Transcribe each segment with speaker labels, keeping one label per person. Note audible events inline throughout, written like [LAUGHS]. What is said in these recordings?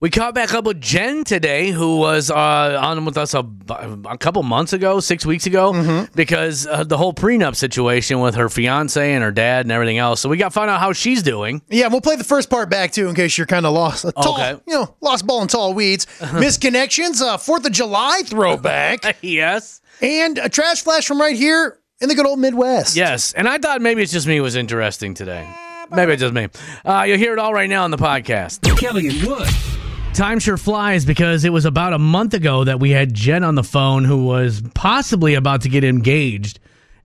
Speaker 1: We caught back up with Jen today, who was uh, on with us a, a couple months ago, six weeks ago, because uh, the whole prenup situation with her fiance and her dad and everything else. So we got to find out how she's doing. [LAUGHS]
Speaker 2: Yeah, and we'll play the first part back too in case you're kind of lost. Uh, tall,
Speaker 1: Okay. Uh-huh.
Speaker 2: you know, lost ball and tall weeds, misconnections, uh, Fourth of July
Speaker 1: [LAUGHS]
Speaker 2: throwback,
Speaker 1: yes.
Speaker 2: and a trash flash from right here in the good old Midwest.
Speaker 1: Yes. And I thought maybe it's just me was interesting today. Maybe it's just me. Uh, you'll hear it all right now on the podcast.
Speaker 3: Kelly and Wood.
Speaker 1: Time sure flies because it was about a month ago that we had Jen on the phone who was possibly about to get engaged,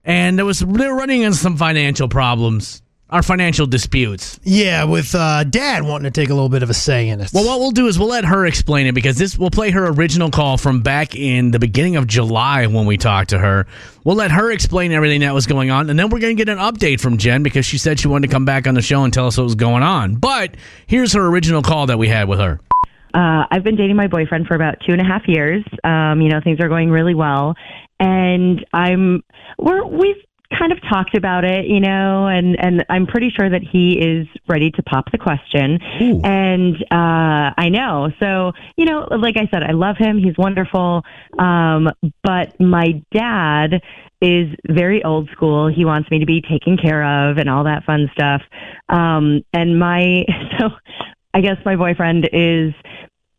Speaker 1: and there was they were running into some financial problems, our financial disputes.
Speaker 2: Yeah, with uh, Dad wanting to take a little bit of a say in it.
Speaker 1: Well, what we'll do is we'll let her explain it because this we'll play her original call from back in the beginning of July when we talked to her. We'll let her explain everything that was going on, and then we're going to get an update from Jen because she said she wanted to come back on the show and tell us what was going on. But here's her original call that we had with her.
Speaker 4: uh, I've been dating my boyfriend for about two and a half years. Um, you know, things are going really well, and I'm we're we've kind of talked about it, you know, and and I'm pretty sure that he is ready to pop the question. And uh, I know, so you know, like I said, I love him. He's wonderful, um, but my dad is very old school. He wants me to be taken care of and all that fun stuff. Um, and my [LAUGHS] so. I guess my boyfriend is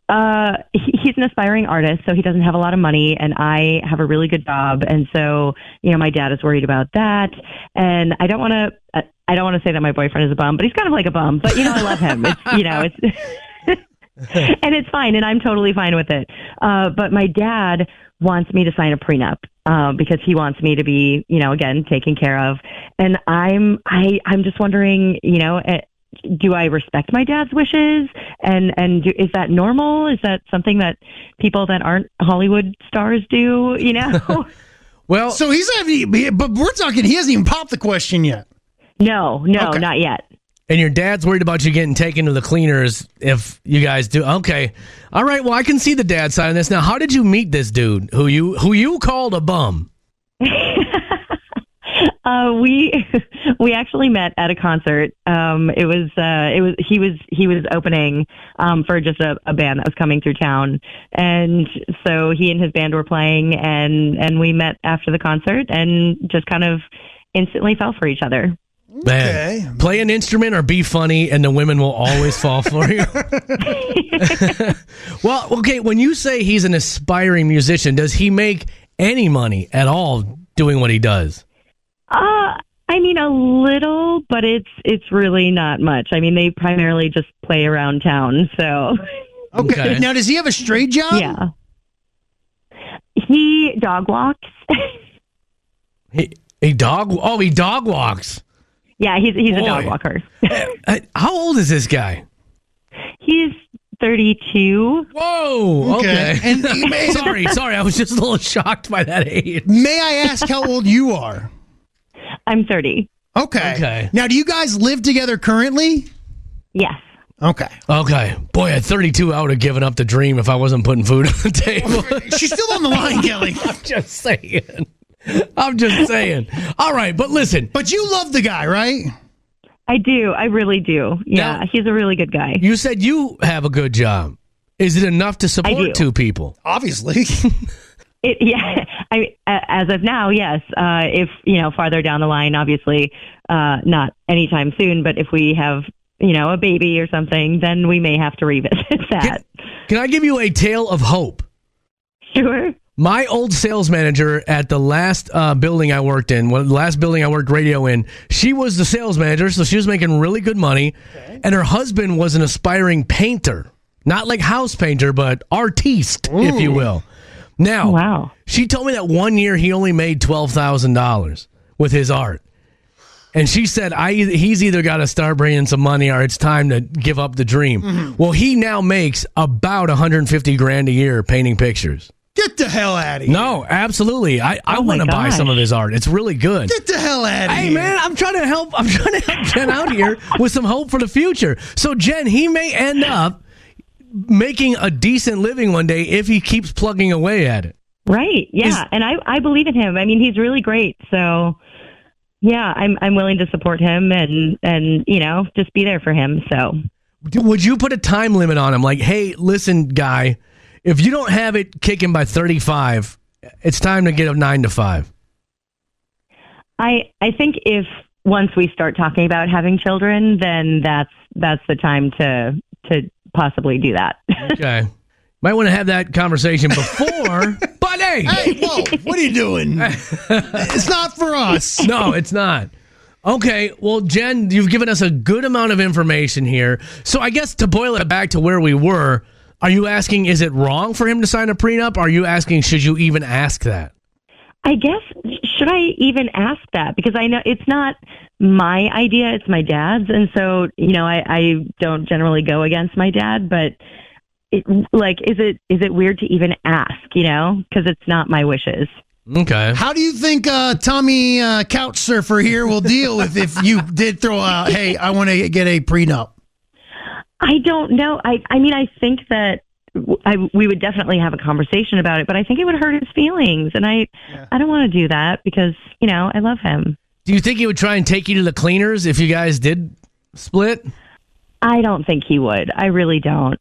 Speaker 4: uh, he, he's an aspiring artist, so he doesn't have a lot of money, and I have a really good job, and so you know my dad is worried about that, and I don't want to. I don't want to say that my boyfriend is a bum, but he's kind of like a bum. But you know, I love him. It's, you know, it's [LAUGHS] and it's fine, and I'm totally fine with it. Uh, but my dad wants me to sign a prenup uh, because he wants me to be, you know, again taken care of. And I'm, I, I'm just wondering, you know, eh, do I respect my dad's wishes? And and do, is that normal? Is that something that people that aren't Hollywood stars do? You know.
Speaker 1: Well,
Speaker 2: so he's having, but we're talking. He hasn't even popped the question yet.
Speaker 4: No, no,
Speaker 2: Okay.
Speaker 4: not yet.
Speaker 1: And your dad's worried about you getting taken to the cleaners if you guys do. Okay, all right. Well, I can see the dad side of this now. How did you meet this dude who you who you called a bum?
Speaker 4: [LAUGHS] Uh, we we actually met at a concert. Um, it was uh, it was he was he was opening um, for just a, a band that was coming through town, and so he and his band were playing, and and we met after the concert, and just kind of instantly fell for each other.
Speaker 1: Man,
Speaker 2: Okay.
Speaker 1: play an instrument or be funny, and the women will always fall for
Speaker 2: [LAUGHS]
Speaker 1: you. well, okay. When you say he's an aspiring musician, does he make any money at all doing what he does?
Speaker 4: Uh, I mean a little, but it's it's really not much. I mean they primarily just play around town, so [LAUGHS]
Speaker 2: Okay.
Speaker 1: Okay.
Speaker 2: Now, does he have a straight job?
Speaker 4: yeah. He dog walks. [LAUGHS]
Speaker 1: He, he dog. Oh, he dog walks.
Speaker 4: yeah, he's he's a dog
Speaker 1: Boy.
Speaker 4: walker.
Speaker 1: Uh, How old is this guy?
Speaker 4: [LAUGHS] He's 32.
Speaker 1: Whoa.
Speaker 2: Okay.
Speaker 1: Okay.
Speaker 2: [LAUGHS] And he may-
Speaker 1: sorry, sorry. I was just a little shocked by that age.
Speaker 2: May I ask how old you are?
Speaker 4: I'm 30.
Speaker 2: Okay.
Speaker 1: Okay.
Speaker 2: Now, do you guys live together currently?
Speaker 4: Yes.
Speaker 2: Okay.
Speaker 1: Okay. Boy, at 32, I would have given up the dream if I wasn't putting food on the table. [LAUGHS]
Speaker 2: She's still on the line, Kelly.
Speaker 1: I'm just saying. I'm just saying. All right, but listen,
Speaker 2: But you love the guy, right?
Speaker 4: I do. I really do. Yeah,
Speaker 1: Now-
Speaker 4: he's a really good guy.
Speaker 1: you said you have a good job. Is it enough to
Speaker 4: I do.
Speaker 1: support two people?
Speaker 2: Obviously. [LAUGHS]
Speaker 4: It, [LAUGHS] yeah. I a- as of now, yes. Uh if, you know, farther down the line, obviously, uh not anytime soon, but if we have, you know, a baby or something, then we may have to revisit [LAUGHS] that.
Speaker 1: Can I give you a tale of hope?
Speaker 4: Sure.
Speaker 1: My old sales manager at the last uh, building I worked in, well, the last building I worked radio in, she was the sales manager, so she was making really good money. And her husband was an aspiring painter, not like house painter, but artiste, if you will. Now,
Speaker 4: Wow.
Speaker 1: she told me that one year he only made twelve thousand dollars with his art. And she said, "I eith- he's either got to start bringing some money, or it's time to give up the dream."
Speaker 4: Mm-hmm.
Speaker 1: Well, he now makes about one hundred and fifty grand a year painting pictures.
Speaker 2: Get the hell out of here.
Speaker 1: No, absolutely. I, I
Speaker 4: Oh my
Speaker 1: want to buy
Speaker 4: gosh.
Speaker 1: some of his art. It's really good.
Speaker 2: Get the hell out of
Speaker 1: Hey
Speaker 2: here.
Speaker 1: man, I'm trying to help. I'm trying to help Jen out here with some hope for the future. So Jen, he may end up making a decent living one day if he keeps plugging away at it.
Speaker 4: Right. Yeah.
Speaker 1: Is-
Speaker 4: and I, I believe in him. I mean, he's really great. So yeah, I'm, I'm willing to support him and, and, you know, just be there for him. So
Speaker 1: Would you put a time limit on him? Like, hey, listen, guy, if you don't have it kicking by 35, it's time to get up nine to five.
Speaker 4: I I think if once we start talking about having children, then that's that's the time to to possibly do that. [LAUGHS]
Speaker 1: Okay. Might want to have that conversation before, but hey,
Speaker 2: Hey, whoa, what are
Speaker 1: [LAUGHS]
Speaker 2: you doing? it's not for us.
Speaker 1: no, it's not. Okay, well, Jen, you've given us a good amount of information here. So I guess to boil it back to where we were, are you asking is it wrong for him to sign a prenup? Are you asking should you even ask that?
Speaker 4: I guess should I even ask that because I know it's not my idea; it's my dad's, and so you know I, I don't generally go against my dad. But it, like, is it is it weird to even ask? You know, because it's not my wishes.
Speaker 1: Okay.
Speaker 2: How do you think uh, Tommy uh, Couch Surfer here will deal with if you did throw out, hey, I want to get a prenup?
Speaker 4: I don't know. I I mean, I think that w I we would definitely have a conversation about it, but I think it would hurt his feelings, and I I don't want to do that because you know I love him.
Speaker 1: Do you think he would try and take you to the cleaners if you guys did split?
Speaker 4: I don't think he would. I really don't.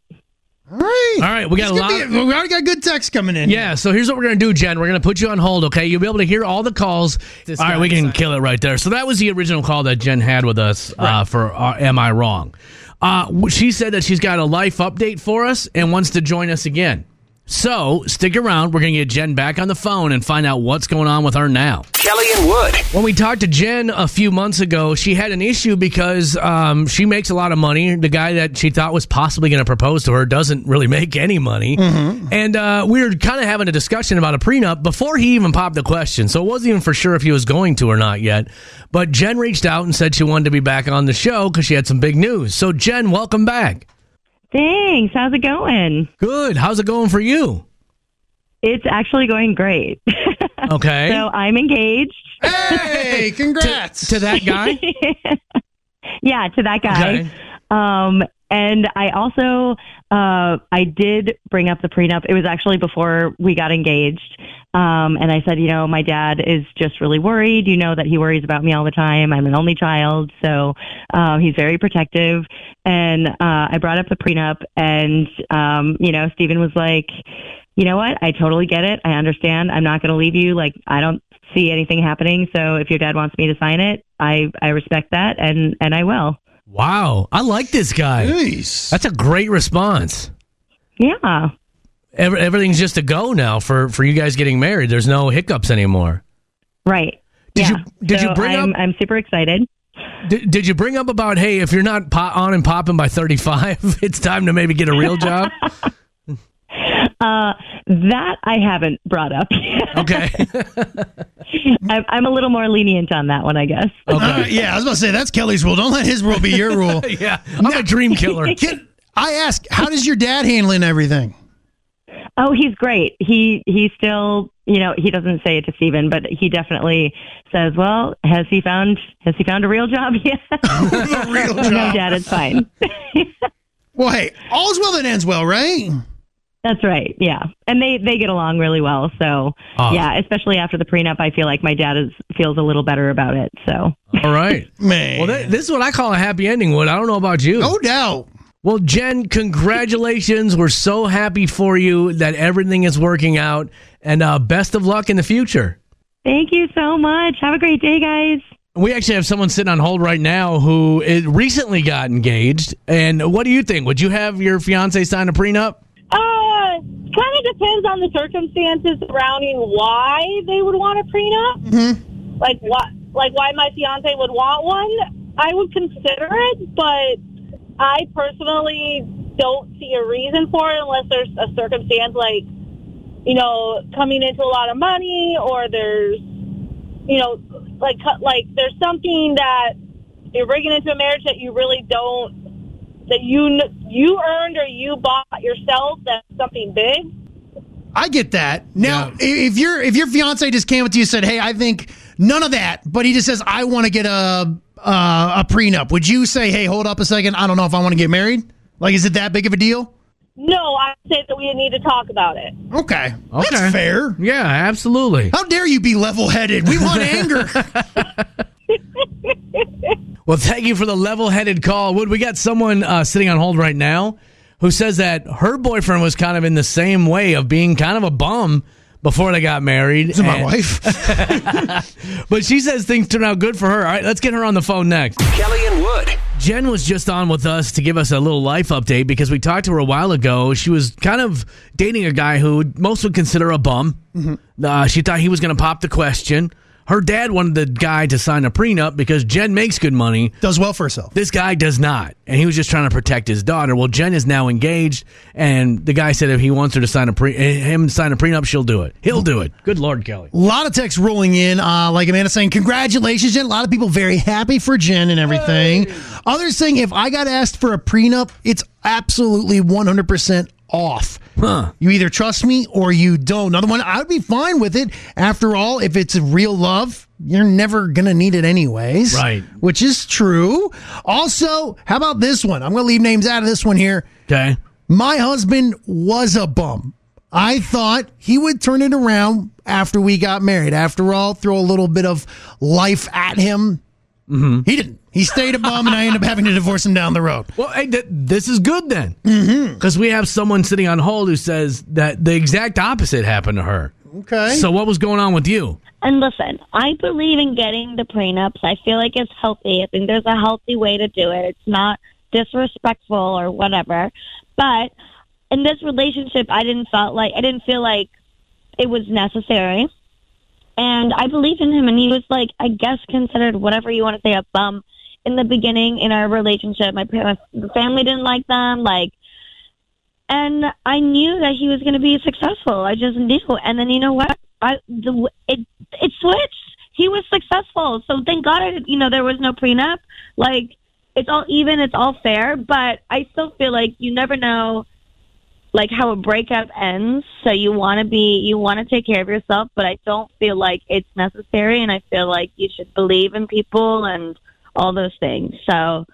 Speaker 2: All right.
Speaker 1: All right, we got
Speaker 2: It's
Speaker 1: a lot.
Speaker 2: gonna be- we already got good text coming in.
Speaker 1: Yeah, so here's what we're going to do, Jen. We're going to put you on hold, okay? You'll be able to hear all the calls. all right, we can kill it right there. So that was the original call that Jen had with us uh, for uh, Am I Wrong? Uh, w- she said that she's got a life update for us and wants to join us again. So stick around. We're going to get Jen back on the phone and find out what's going on with her now.
Speaker 5: Kelly and Wood.
Speaker 1: When we talked to Jen a few months ago, she had an issue because um, she makes a lot of money. The guy that she thought was possibly going to propose to her doesn't really make any money. And uh, we were kind of having a discussion about a prenup before he even popped the question. So it wasn't even for sure if he was going to or not yet. But Jen reached out and said she wanted to be back on the show because she had some big news. So, Jen, welcome back.
Speaker 4: Thanks. How's it going?
Speaker 1: Good. How's it going for you?
Speaker 4: It's actually going great. [LAUGHS]
Speaker 1: Okay.
Speaker 4: so I'm engaged.
Speaker 2: [LAUGHS] Hey, congrats.
Speaker 1: to that guy?
Speaker 4: Yeah, to that guy.
Speaker 1: Okay.
Speaker 4: Um, and I also uh, I did bring up the prenup. It was actually before we got engaged. Um, and I said, you know, my dad is just really worried. You know that he worries about me all the time. I'm an only child, so um, he's very protective. And uh, I brought up the prenup, and um, you know, Stephen was like, you know what? I totally get it. I understand. I'm not going to leave you. Like I don't see anything happening. So if your dad wants me to sign it, I I respect that, and and I will.
Speaker 1: Wow. I like this guy.
Speaker 2: Nice.
Speaker 1: That's a great response.
Speaker 4: Yeah.
Speaker 1: Every, everything's just a go now for for you guys getting married. There's no hiccups anymore.
Speaker 4: Right.
Speaker 1: Did
Speaker 4: yeah.
Speaker 1: you- did you
Speaker 4: So
Speaker 1: bring
Speaker 4: I'm,
Speaker 1: up-
Speaker 4: I'm super excited.
Speaker 1: Did, did you bring up about hey, if you're not po- on and popping by 35, [LAUGHS] it's time to maybe get a real job?
Speaker 4: Uh, that I haven't brought up. [LAUGHS]
Speaker 1: [LAUGHS] Okay.
Speaker 4: I'm, I'm a little more lenient on that one, I guess.
Speaker 2: Uh, yeah, I was about to say that's Kelly's rule. Don't let his rule be your [LAUGHS] rule.
Speaker 1: yeah. I'm a dream killer.
Speaker 2: Can- I ask, how does your dad handling everything?
Speaker 4: Oh, he's great. He he still, you know, he doesn't say it to Steven, but he definitely says, "Well, has he found has he found a real job [LAUGHS]
Speaker 1: [LAUGHS]
Speaker 4: yet?"
Speaker 2: [LAUGHS] The [LAUGHS] real
Speaker 4: no,
Speaker 2: job.
Speaker 4: Dad, it's fine.
Speaker 2: Well, hey, all's well that ends well, right?
Speaker 4: That's right. Yeah, and they they get along really well. So
Speaker 1: Oh.
Speaker 4: yeah, especially after the prenup, I feel like my dad is feels a little better about it. So
Speaker 1: All right.
Speaker 2: Man.
Speaker 1: Well, th- this is what I call a happy ending, Wood. I don't know about you.
Speaker 2: no doubt.
Speaker 1: Well, Jen, congratulations. We're so happy for you that everything is working out and uh, best of luck in the future.
Speaker 4: thank you so much. Have a great day, guys.
Speaker 1: We actually have someone sitting on hold right now who is- recently got engaged. And what do you think? Would you have your fiance sign a prenup?
Speaker 6: Uh, kind of depends on the circumstances surrounding why they would want a prenup.
Speaker 2: Mm-hmm.
Speaker 6: Like what? Like why my fiance would want one. I would consider it, but I personally don't see a reason for it unless there's a circumstance like, you know, coming into a lot of money or there's, you know, like cu- like there's something that you're bringing into a marriage that you really don't that you kn- you earned or you bought yourself that's something big
Speaker 2: I get that. Now, i if your if your fiance just came up to you and said, "Hey, I think none of that," but he just says, "I want to get a uh, a prenup," would you say, "Hey, hold up a second, I don't know if I want to get married"? Like, is it that big of a deal?
Speaker 6: no i say that we need to talk about it
Speaker 2: Okay,
Speaker 1: Okay.
Speaker 2: that's fair.
Speaker 1: Yeah, absolutely.
Speaker 2: [LAUGHS] How dare you be level headed? We want anger.
Speaker 1: Well, thank you for the level-headed call, Wood. We got someone uh, sitting on hold right now who says that her boyfriend was kind of in the same way of being kind of a bum before they got married.
Speaker 2: This is my
Speaker 1: and-
Speaker 2: wife.
Speaker 1: But she says things turned out good for her. All right, let's get her on the phone next.
Speaker 6: Kelly and Wood.
Speaker 1: Jen was just on with us to give us a little life update because we talked to her a while ago. She was kind of dating a guy who most would consider a bum. Uh, she thought he was going to pop the question. Her dad wanted the guy to sign a prenup because Jen makes good money.
Speaker 2: [LAUGHS] Does well for herself.
Speaker 1: This guy does not. And he was just trying to protect his daughter. Well, Jen is now engaged, and the guy said if he wants her to sign a pre him sign a prenup, she'll do it. He'll do it. Good Lord, Kelly.
Speaker 2: A lot of texts rolling in, uh, like Amanda saying, Congratulations, Jen. A lot of people very happy for Jen and everything. Others saying, If I got asked for a prenup, it's absolutely 100% off.
Speaker 1: Huh.
Speaker 2: You either trust me or you don't. Another one, I'd be fine with it. After all, if it's real love, you're never going to need it anyways.
Speaker 1: Right.
Speaker 2: Which is true. Also, how about this one? I'm going to leave names out of this one here.
Speaker 1: Okay.
Speaker 2: My husband was a bum. I thought he would turn it around after we got married. After all, throw a little bit of life at him. He didn't. He stayed a bum, and I ended up having to divorce him down the road.
Speaker 1: Well, hey, th- this is good then.
Speaker 2: Mm-hmm.
Speaker 1: Because we have someone sitting on hold who says that the exact opposite happened to her.
Speaker 2: Okay.
Speaker 1: So, what was going on with you?
Speaker 4: And listen, I believe in getting the prenups. I feel like it's healthy. I think there's a healthy way to do it. It's not disrespectful or whatever. But in this relationship, I didn't felt like I didn't feel like it was necessary. And I believed in him, and he was like, I guess considered whatever you want to say a bum in the beginning in our relationship. My, pa- my family didn't like them, like. And I knew that he was going to be successful. I just knew. And then you know what? I the w- it it switched. He was successful, so thank God. I, did- you know, there was no prenup. Like it's all even, it's all fair. But I still feel like you never know, like how a breakup ends. So you want to be, you want to take care of yourself, but I don't feel like it's necessary. And I feel like you should believe in people and all those things. So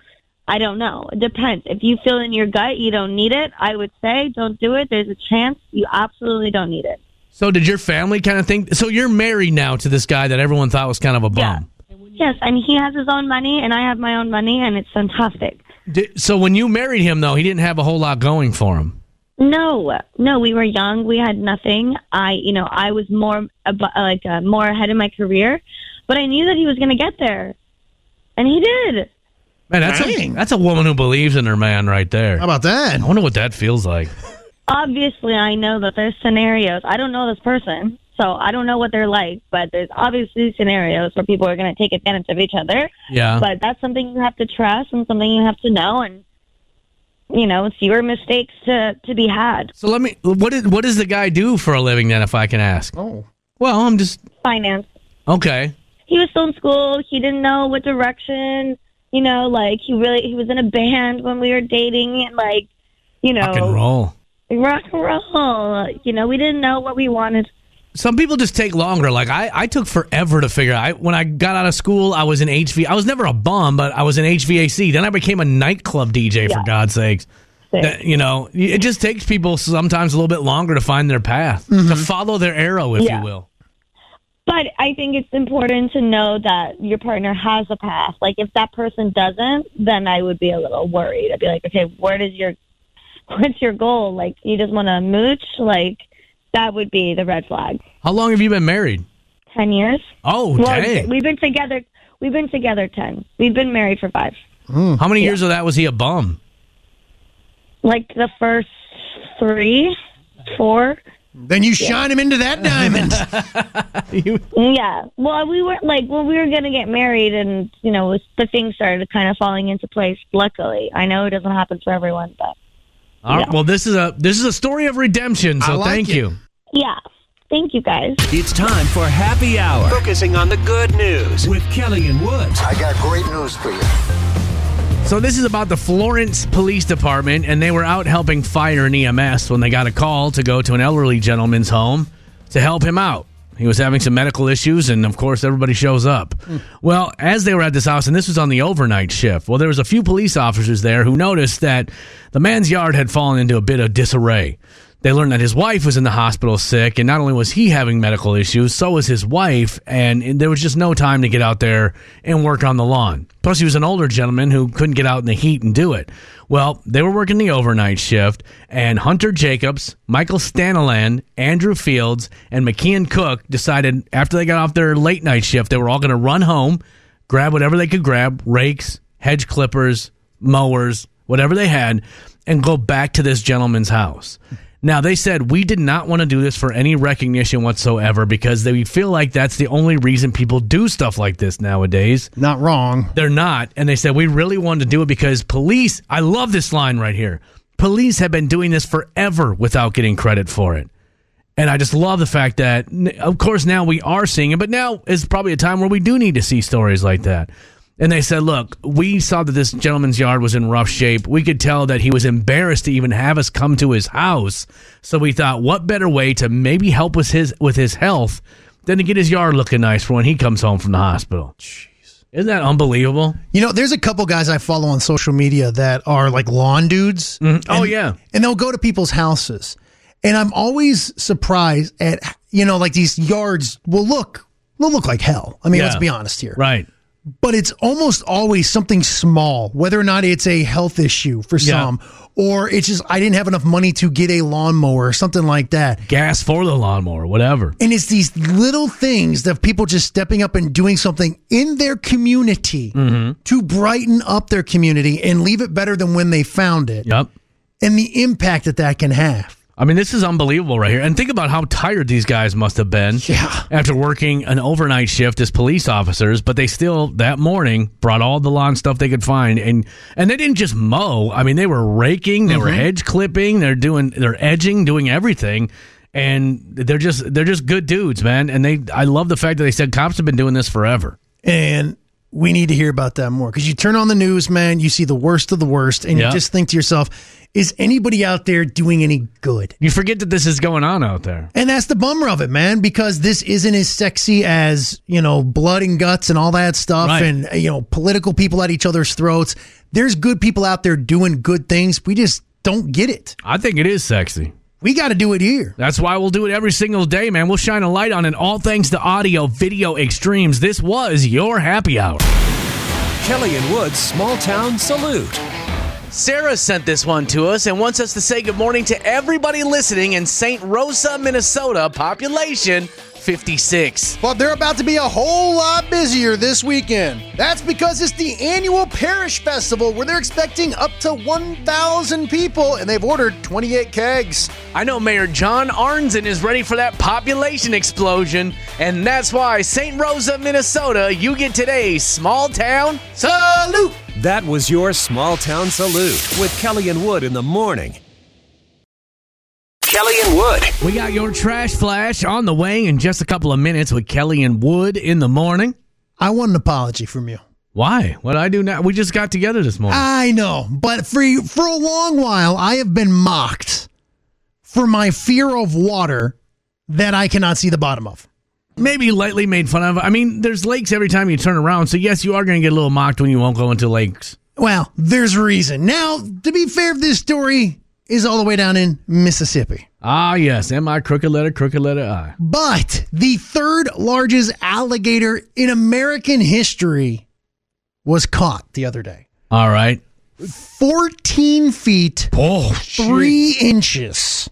Speaker 4: I don't know. It depends. If you feel in your gut you don't need it, I would say don't do it. There's a chance you absolutely don't need it.
Speaker 1: So, did your family kind of think? So, you're married now to this guy that everyone thought was kind of a bum.
Speaker 4: Yes, and he has his own money, and I have my own money, and it's fantastic.
Speaker 1: Did, so, when you married him, though, he didn't have a whole lot going for him.
Speaker 4: No, no, we were young. We had nothing. I, you know, I was more ab- like uh, more ahead in my career, but I knew that he was going to get there, and he did.
Speaker 1: Man, that's a,
Speaker 2: Dang.
Speaker 1: that's a woman who believes in her man right there.
Speaker 2: how
Speaker 1: I
Speaker 2: about that?
Speaker 1: wonder what that feels
Speaker 2: [LAUGHS]
Speaker 1: like.
Speaker 4: Obviously, I know that there's scenarios. I don't know this person, so I don't know what they're like. But there's obviously scenarios where people are going to take advantage of each other.
Speaker 1: Yeah.
Speaker 4: but that's something you have to trust and something you have to know and you know it's your mistakes to to be had
Speaker 1: so, let me. What, did, what does the guy do for a living then, if I can ask?
Speaker 2: Oh,
Speaker 1: Well, I'm just.
Speaker 4: finance
Speaker 1: Okay.
Speaker 4: he was still in school he didn't know what direction you know like he really he was in a band when we were dating and like you know
Speaker 1: Rock
Speaker 2: Oh.
Speaker 1: and roll.
Speaker 4: rock and roll you know we didn't know what we wanted
Speaker 1: some people just take longer. Like I, I took forever to figure out. I, when I got out of school, I was in HV. I was never a bum, but I was in HVAC. Then I became a nightclub DJ. For God's sakes,
Speaker 4: Same.
Speaker 1: That- you know, it just takes people sometimes a little bit longer to find their path, to
Speaker 2: Mm-hmm.
Speaker 1: follow their arrow, if
Speaker 4: Yeah.
Speaker 1: you will.
Speaker 4: but i think it's important to know that your partner has a path like if that person doesn't then i would be a little worried i'd be like okay where does your [LAUGHS] what's your goal like you just want to mooch like that would be the red flag
Speaker 1: How long have you been married?
Speaker 4: 10 years
Speaker 1: Oh,
Speaker 4: well,
Speaker 1: dang!
Speaker 4: we've been together we've been together 10 we've been married for 5
Speaker 1: How many years of that was he a bum?
Speaker 4: like the first 3 4
Speaker 2: then you shine him into that diamond.
Speaker 4: Yeah. Well, we were like when we were gonna get married, and you know, was- the things started kind of falling into place. Luckily, I know it doesn't happen for everyone, but
Speaker 1: All right. Well, this is a this is a story of redemption. So
Speaker 2: I like
Speaker 1: thank
Speaker 2: it.
Speaker 1: you.
Speaker 4: yeah. Thank you guys.
Speaker 6: It's time for Happy Hour. Focusing on the good news with Kelly and Wood.
Speaker 7: I got great news for you.
Speaker 1: So this is about the Florence Police Department, and they were out helping fire and EMS when they got a call to go to an elderly gentleman's home to help him out. He was having some medical issues, and of course, everybody shows up. Well, as they were at this house, and this was on the overnight shift, well, there was a few police officers there who noticed that the man's yard had fallen into a bit of disarray. they learned that his wife was in the hospital sick, and not only was he having medical issues, so was his wife, and there was just no time to get out there and work on the lawn. Plus, he was an older gentleman who couldn't get out in the heat and do it. Well, they were working the overnight shift, and Hunter Jacobs, Michael Staniland, Andrew Fields, and McKeon Cook decided after they got off their late night shift, they were all going to run home, grab whatever they could grab rakes, hedge clippers, mowers, whatever they had, and go back to this gentleman's house. Now, they said, we did not want to do this for any recognition whatsoever because they feel like that's the only reason people do stuff like this nowadays.
Speaker 2: [LAUGHS] Not wrong.
Speaker 1: They're not. And they said, we really wanted to do it because police, I love this line right here. Police have been doing this forever without getting credit for it. And I just love the fact that, n- of course, now we are seeing it, but now is probably a time where we do need to see stories like that. And they said, look, we saw that this gentleman's yard was in rough shape. We could tell that he was embarrassed to even have us come to his house. So we thought, what better way to maybe help with his with his health than to get his yard looking nice for when he comes home from the hospital? Jeez. Isn't that unbelievable?
Speaker 2: You know, there's a couple guys I follow on social media that are like lawn dudes.
Speaker 1: Oh, yeah.
Speaker 2: and they'll go to people's houses. And I'm always surprised at you know like these yards will look will look like hell. I mean,
Speaker 1: Yeah.
Speaker 2: let's be honest here.
Speaker 1: Right.
Speaker 2: But it's almost always something small, whether or not it's a health issue for
Speaker 1: Yeah.
Speaker 2: some, or it's just I didn't have enough money to get a lawnmower or something like that.
Speaker 1: Gas for the lawnmower, whatever.
Speaker 2: And it's these little things that people just stepping up and doing something in their community
Speaker 1: Mm-hmm.
Speaker 2: to brighten up their community and leave it better than when they found it,
Speaker 1: Yep.
Speaker 2: and the impact that that can have.
Speaker 1: I mean, this is unbelievable right here. And think about how tired these guys must have been
Speaker 2: Yeah.
Speaker 1: after working an overnight shift as police officers, but they still that morning brought all the lawn stuff they could find and and they didn't just mow. I mean, they were raking, they were hedge clipping, they're doing they're edging, doing everything. And they're just they're just good dudes, man. And they I love the fact that they said cops have been doing this forever.
Speaker 2: and we need to hear about that more because you turn on the news, man, you see the worst of the worst, and
Speaker 1: Yeah.
Speaker 2: you just think to yourself, is anybody out there doing any good?
Speaker 1: You forget that this is going on out there.
Speaker 2: And that's the bummer of it, man, because this isn't as sexy as, you know, blood and guts and all that stuff
Speaker 1: Right.
Speaker 2: and, you know, political people at each other's throats. There's good people out there doing good things. We just don't get it.
Speaker 1: I think it is sexy.
Speaker 2: We got to do it here.
Speaker 1: That's why we'll do it every single day, man. We'll shine a light on it, all thanks to audio video extremes. This was your happy hour.
Speaker 6: Kelly and Wood's Small Town Salute.
Speaker 1: Sarah sent this one to us and wants us to say good morning to everybody listening in St. Rosa, Minnesota, population 56.
Speaker 2: But they're about to be a whole lot busier this weekend. That's because it's the annual Parish Festival where they're expecting up to 1,000 people and they've ordered 28 kegs.
Speaker 1: I know Mayor John Arnzen is ready for that population explosion, and that's why St. Rosa, Minnesota, you get today's small town salute.
Speaker 6: That was your Small Town Salute with Kelly and Wood in the morning. Kelly and Wood.
Speaker 1: We got your trash flash on the way in just a couple of minutes with Kelly and Wood in the morning.
Speaker 2: I want an apology from you.
Speaker 1: Why? What I do now? We just got together this morning.
Speaker 2: I know, but for, for a long while, I have been mocked for my fear of water that I cannot see the bottom of.
Speaker 1: Maybe lightly made fun of. I mean, there's lakes every time you turn around, so yes, you are going to get a little mocked when you won't go into lakes.
Speaker 2: Well, there's a reason. Now, to be fair, this story is all the way down in Mississippi.
Speaker 1: Ah, yes. Am I crooked letter, crooked letter I?
Speaker 2: But the third largest alligator in American history was caught the other day.
Speaker 1: All right.
Speaker 2: 14 feet,
Speaker 1: Oh,
Speaker 2: three inches.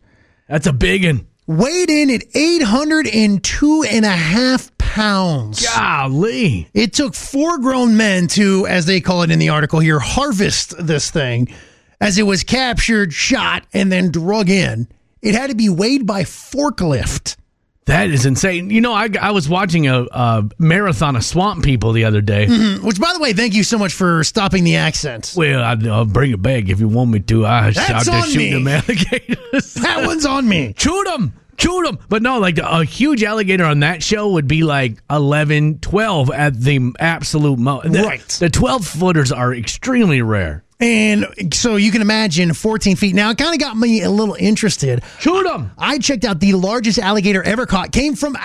Speaker 1: that's a big one.
Speaker 2: Weighed in at 802 and a half pounds.
Speaker 1: Golly.
Speaker 2: It took four grown men to, as they call it in the article here, harvest this thing as it was captured, shot, and then drug in. It had to be weighed by forklift.
Speaker 1: That is insane. You know, I, I was watching a, a marathon of swamp people the other day.
Speaker 2: Which, by the way, thank you so much for stopping the accent.
Speaker 1: Well, I, I'll bring it back if you want me to. I was
Speaker 2: That's
Speaker 1: out there
Speaker 2: on
Speaker 1: shooting
Speaker 2: me.
Speaker 1: them [LAUGHS] alligators.
Speaker 2: That one's on me.
Speaker 1: shoot them shoot them but no like a huge alligator on that show would be like 11 12 at the absolute most
Speaker 2: Right.
Speaker 1: the 12 footers are extremely rare
Speaker 2: And so you can imagine 14 feet. Now, it kind of got me a little interested.
Speaker 1: shoot them
Speaker 2: I checked out the largest alligator ever caught, came from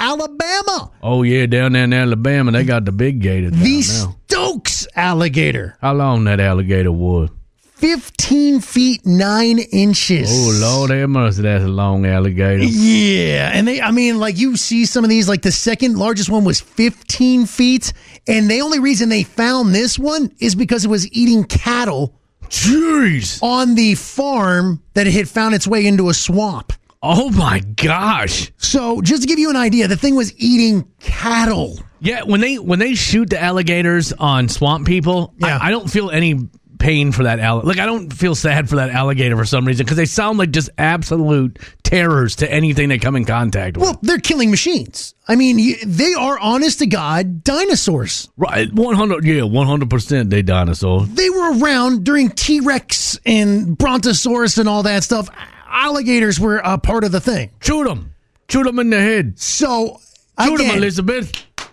Speaker 2: Alabama,
Speaker 1: oh yeah down there in alabama they got the big gator down
Speaker 2: the
Speaker 1: there.
Speaker 2: Stokes alligator.
Speaker 1: how long that alligator was
Speaker 2: 15 feet 9 inches.
Speaker 1: Oh Lord have mercy, that's a long alligator.
Speaker 2: Yeah, and they I mean like you see some of these like the second largest one was 15 feet and the only reason they found this one is because it was eating cattle
Speaker 1: Jeez!
Speaker 2: on the farm that it had found its way into a swamp.
Speaker 1: Oh my gosh!
Speaker 2: So, just to give you an idea, the thing was eating cattle.
Speaker 1: Yeah, when they when they shoot the alligators on swamp people,
Speaker 2: Yeah.
Speaker 1: I, I don't feel any pain for that alligator. Like I don't feel sad for that alligator for some reason because they sound like just absolute terrors to anything they come in contact with.
Speaker 2: Well, they're killing machines. I mean, you, they are honest to God dinosaurs.
Speaker 1: right, one hundred, yeah, one hundred percent, they dinosaurs.
Speaker 2: They were around during T Rex and Brontosaurus and all that stuff. Alligators were a part of the thing.
Speaker 1: Shoot them, shoot them in the head.
Speaker 2: So,
Speaker 1: Shoot them,
Speaker 2: again,
Speaker 1: Elizabeth.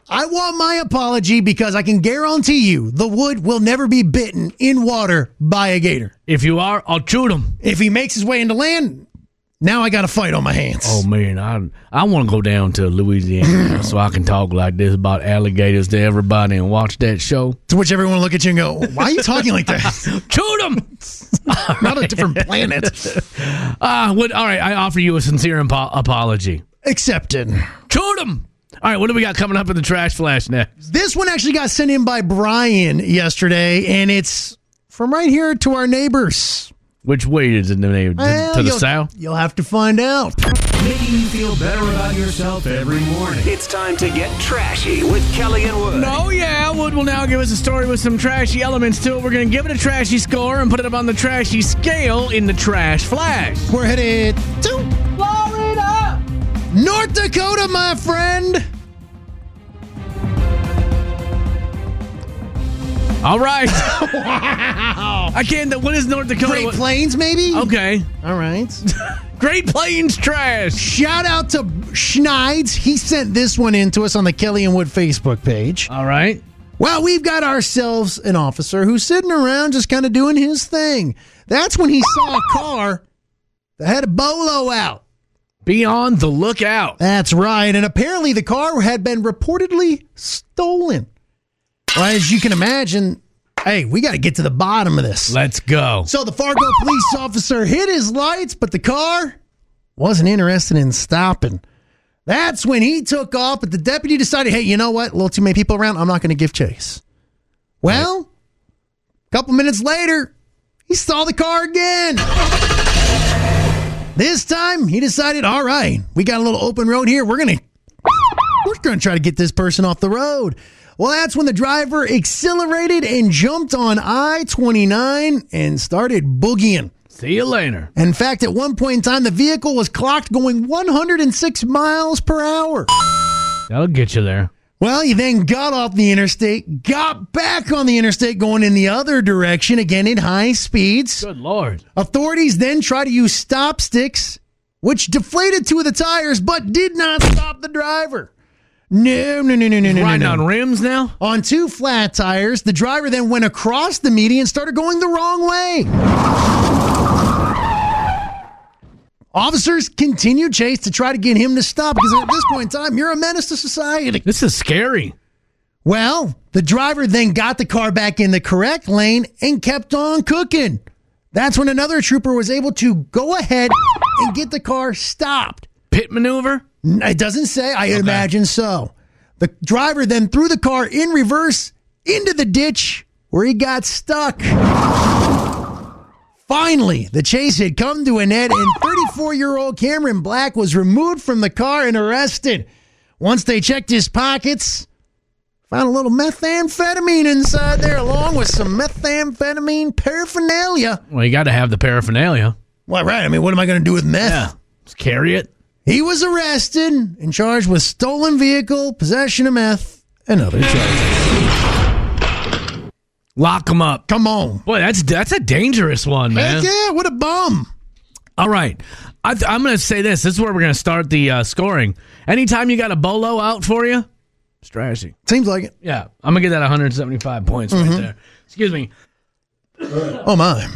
Speaker 2: I want my apology because I can guarantee you the wood will never be bitten in water by a gator.
Speaker 1: If you are, I'll shoot them.
Speaker 2: If he makes his way into land, now I got a fight on my hands.
Speaker 1: Oh man, I I want to go down to
Speaker 2: [SIGHS]
Speaker 1: Louisiana so I can talk like this about alligators to everybody and watch that show.
Speaker 2: To which everyone will look at you and go, Why are you talking
Speaker 1: [LAUGHS]
Speaker 2: like that?
Speaker 1: Shoot them.
Speaker 2: Not a different planet.
Speaker 1: Uh, what, all right, I offer you a sincere impo- apology.
Speaker 2: Accepted.
Speaker 1: Shoot him! All right, what do we got coming up in the trash flash next?
Speaker 2: This one actually got sent in by Brian yesterday, and it's from right here to our neighbors.
Speaker 1: Which way is it? To, to
Speaker 2: Well,
Speaker 1: the
Speaker 2: you'll-
Speaker 1: south?
Speaker 2: You'll have to find out.
Speaker 6: Making you feel better about yourself every morning. It's time to get trashy with Kelly and Wood.
Speaker 1: Oh, yeah. Wood will now give us a story with some trashy elements to it. We're going to give it a trashy score and put it up on the trashy scale in the trash flash.
Speaker 2: We're headed to Florida, North Dakota, my friend.
Speaker 1: All right. [LAUGHS] I can't. What is North Dakota?
Speaker 2: Great
Speaker 1: What-
Speaker 2: Plains, maybe.
Speaker 1: okay.
Speaker 2: All right.
Speaker 1: Great Plains trash.
Speaker 2: Shout out to Schneids. He sent this one in to us on the Kelly and Wood Facebook page.
Speaker 1: All right.
Speaker 2: Well, we've got ourselves an officer who's sitting around just kind of doing his thing. That's when he saw a car that had a bolo out.
Speaker 1: Be on the lookout.
Speaker 2: That's right. And apparently the car had been reportedly stolen. Well, as you can imagine, hey, we got to get to the bottom of this.
Speaker 1: Let's go.
Speaker 2: So the Fargo police officer hit his lights, but the car wasn't interested in stopping. That's when he took off, but the deputy decided, hey, you know what? A little too many people around. I'm not going to give chase. Well, a couple minutes later, he saw the car again. This time, he decided, all right, we got a little open road here. We're going to we're going to try to get this person off the road. Well, that's when the driver accelerated and jumped on I 29 and started boogieing.
Speaker 1: See you later.
Speaker 2: In fact, at one point in time, the vehicle was clocked going 106 miles per hour.
Speaker 1: That'll get you there.
Speaker 2: Well, he then got off the interstate, got back on the interstate going in the other direction, again at high speeds.
Speaker 1: Good lord.
Speaker 2: Authorities then tried to use stop sticks, which deflated two of the tires, but did not stop the driver. No, no, no, no, no, no, no.
Speaker 1: Riding
Speaker 2: no.
Speaker 1: on rims now?
Speaker 2: On two flat tires, the driver then went across the median and started going the wrong way. Officers continued chase to try to get him to stop because at this point in time, you're a menace to society.
Speaker 1: This is scary.
Speaker 2: Well, the driver then got the car back in the correct lane and kept on cooking. That's when another trooper was able to go ahead and get the car stopped.
Speaker 1: Pit maneuver?
Speaker 2: It doesn't say. I imagine so. The driver then threw the car in reverse into the ditch where he got stuck. Finally, the chase had come to an end, and 34 year old Cameron Black was removed from the car and arrested. Once they checked his pockets, found a little methamphetamine inside there, along with some methamphetamine paraphernalia.
Speaker 1: Well, you got to have the paraphernalia.
Speaker 2: Well, right. I mean, what am I going to do with meth?
Speaker 1: Just carry it.
Speaker 2: He was arrested and charged with stolen vehicle, possession of meth, and other charges.
Speaker 1: Lock them up.
Speaker 2: Come on.
Speaker 1: Boy, that's that's a dangerous one, man.
Speaker 2: Heck yeah, what a bum.
Speaker 1: All right. I th- I'm going to say this. This is where we're going to start the uh, scoring. Anytime you got a bolo out for you, it's trashy.
Speaker 2: Seems like it.
Speaker 1: Yeah. I'm going to get that 175 points
Speaker 2: Mm-hmm.
Speaker 1: right there. Excuse me.
Speaker 2: Oh my.